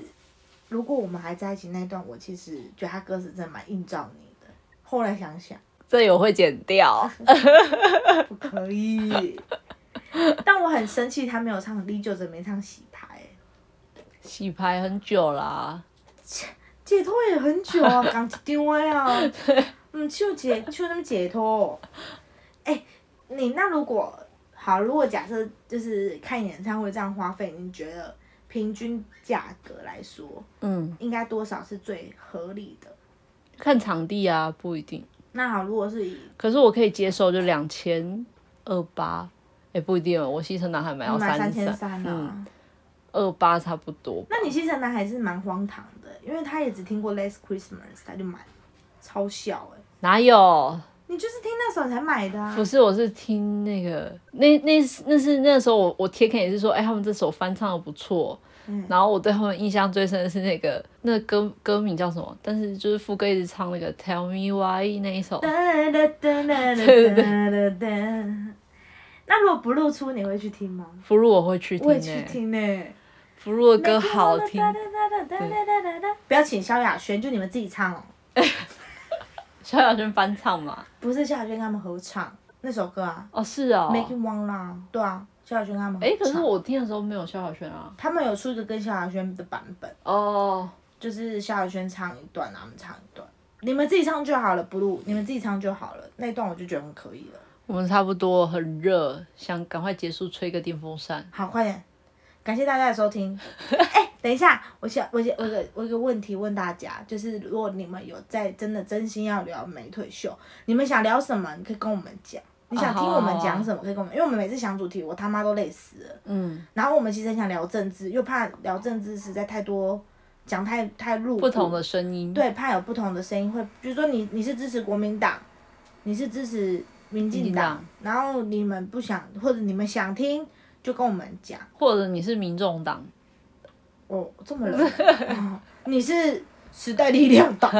Speaker 1: 如果我们还在一起那一段，我其实觉得他歌词真的蛮映照你的。后来想想，
Speaker 2: 这有会剪掉，
Speaker 1: 不可以。但我很生气，他没有唱李玖哲没唱洗牌、欸
Speaker 2: 洗牌很久啦、
Speaker 1: 解脱也很久啊，讲一张的 啊，嗯，唱解唱什么解脱？哎、你那如果好，如果假设就是看演唱会这样花费，你觉得平均价格来说，
Speaker 2: 嗯，
Speaker 1: 应该多少是最合理的？
Speaker 2: 看场地啊不一定，
Speaker 1: 那好，如果是以
Speaker 2: 可是我可以接受就两千二八，哎不一定哦，我西城男孩买到
Speaker 1: 买
Speaker 2: 三
Speaker 1: 三千三
Speaker 2: 嗯，
Speaker 1: 啊，
Speaker 2: 二八差不多，
Speaker 1: 那你其实男还是蛮荒唐的，因为他也只听过 Last Christmas，他就买，超小哎、
Speaker 2: 哪有？
Speaker 1: 你就是听那首才买的啊
Speaker 2: 不。是，我是听那个那那是那是那时候我我贴看也是说，哎、他们这首翻唱的不错。
Speaker 1: 嗯
Speaker 2: 然后我对他们印象最深的是那个那个歌歌名叫什么？但是就是副歌一直唱那个 Tell Me Why 那一首
Speaker 1: 哒，哒哒哒哒哒哒。那如果不露出，你会去听吗？
Speaker 2: 福禄我会去听
Speaker 1: 我也
Speaker 2: 诶、
Speaker 1: 去听呢、
Speaker 2: 福禄的歌好听，
Speaker 1: 不要请萧亚轩，就你们自己唱哦，
Speaker 2: 萧亚轩翻唱嘛？
Speaker 1: 不是萧亚轩跟他们合唱那首歌啊
Speaker 2: 哦，是哦。
Speaker 1: ，Making One 啦，对啊，萧亚轩跟他们合
Speaker 2: 哎、
Speaker 1: 唱。
Speaker 2: 可是我听的时候没有萧亚轩啊。
Speaker 1: 他们有出一个跟萧亚轩的版本，
Speaker 2: 哦，
Speaker 1: 就是萧亚轩唱一段，他们唱一段，你们自己唱就好了，不录，你们自己唱就好了。那一段我就觉得很可以了。
Speaker 2: 我们差不多很热，想赶快结束，吹个电风扇。
Speaker 1: 好，快点！感谢大家的收听。 哎、等一下，我想，我想，我有个我有个问题问大家，就是如果你们有在真的真心要聊美腿秀，你们想聊什么，你可以跟我们讲。你想听我们讲什么可以跟我们，因为我们每次想主题，我他妈都累死了。
Speaker 2: 哦嗯，
Speaker 1: 然后我们其实很想聊政治，又怕聊政治实在太多，讲太太入骨
Speaker 2: 不同的声音，
Speaker 1: 对，怕有不同的声音会，比如说你你是支持国民党，你是支持民
Speaker 2: 民
Speaker 1: 进
Speaker 2: 进
Speaker 1: 党
Speaker 2: 党，
Speaker 1: 然后你们不想或者你们想听就跟我们讲。
Speaker 2: 或者你是民众党，
Speaker 1: 哦，这么冷， 哦你是时代力量党，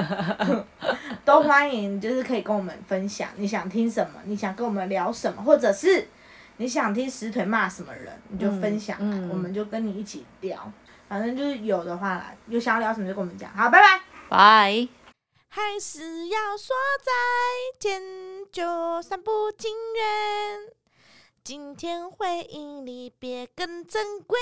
Speaker 1: 都欢迎，就是可以跟我们分享你想听什么，你想跟我们聊什么，或者是你想听石腿骂什么人，你就分享来，
Speaker 2: 嗯嗯
Speaker 1: 我们就跟你一起聊。反正就是有的话啦，有想要聊什么就跟我们讲。好，拜拜。
Speaker 2: 拜。
Speaker 1: 还是要说再见，就算不情愿。今天回忆里别更珍贵。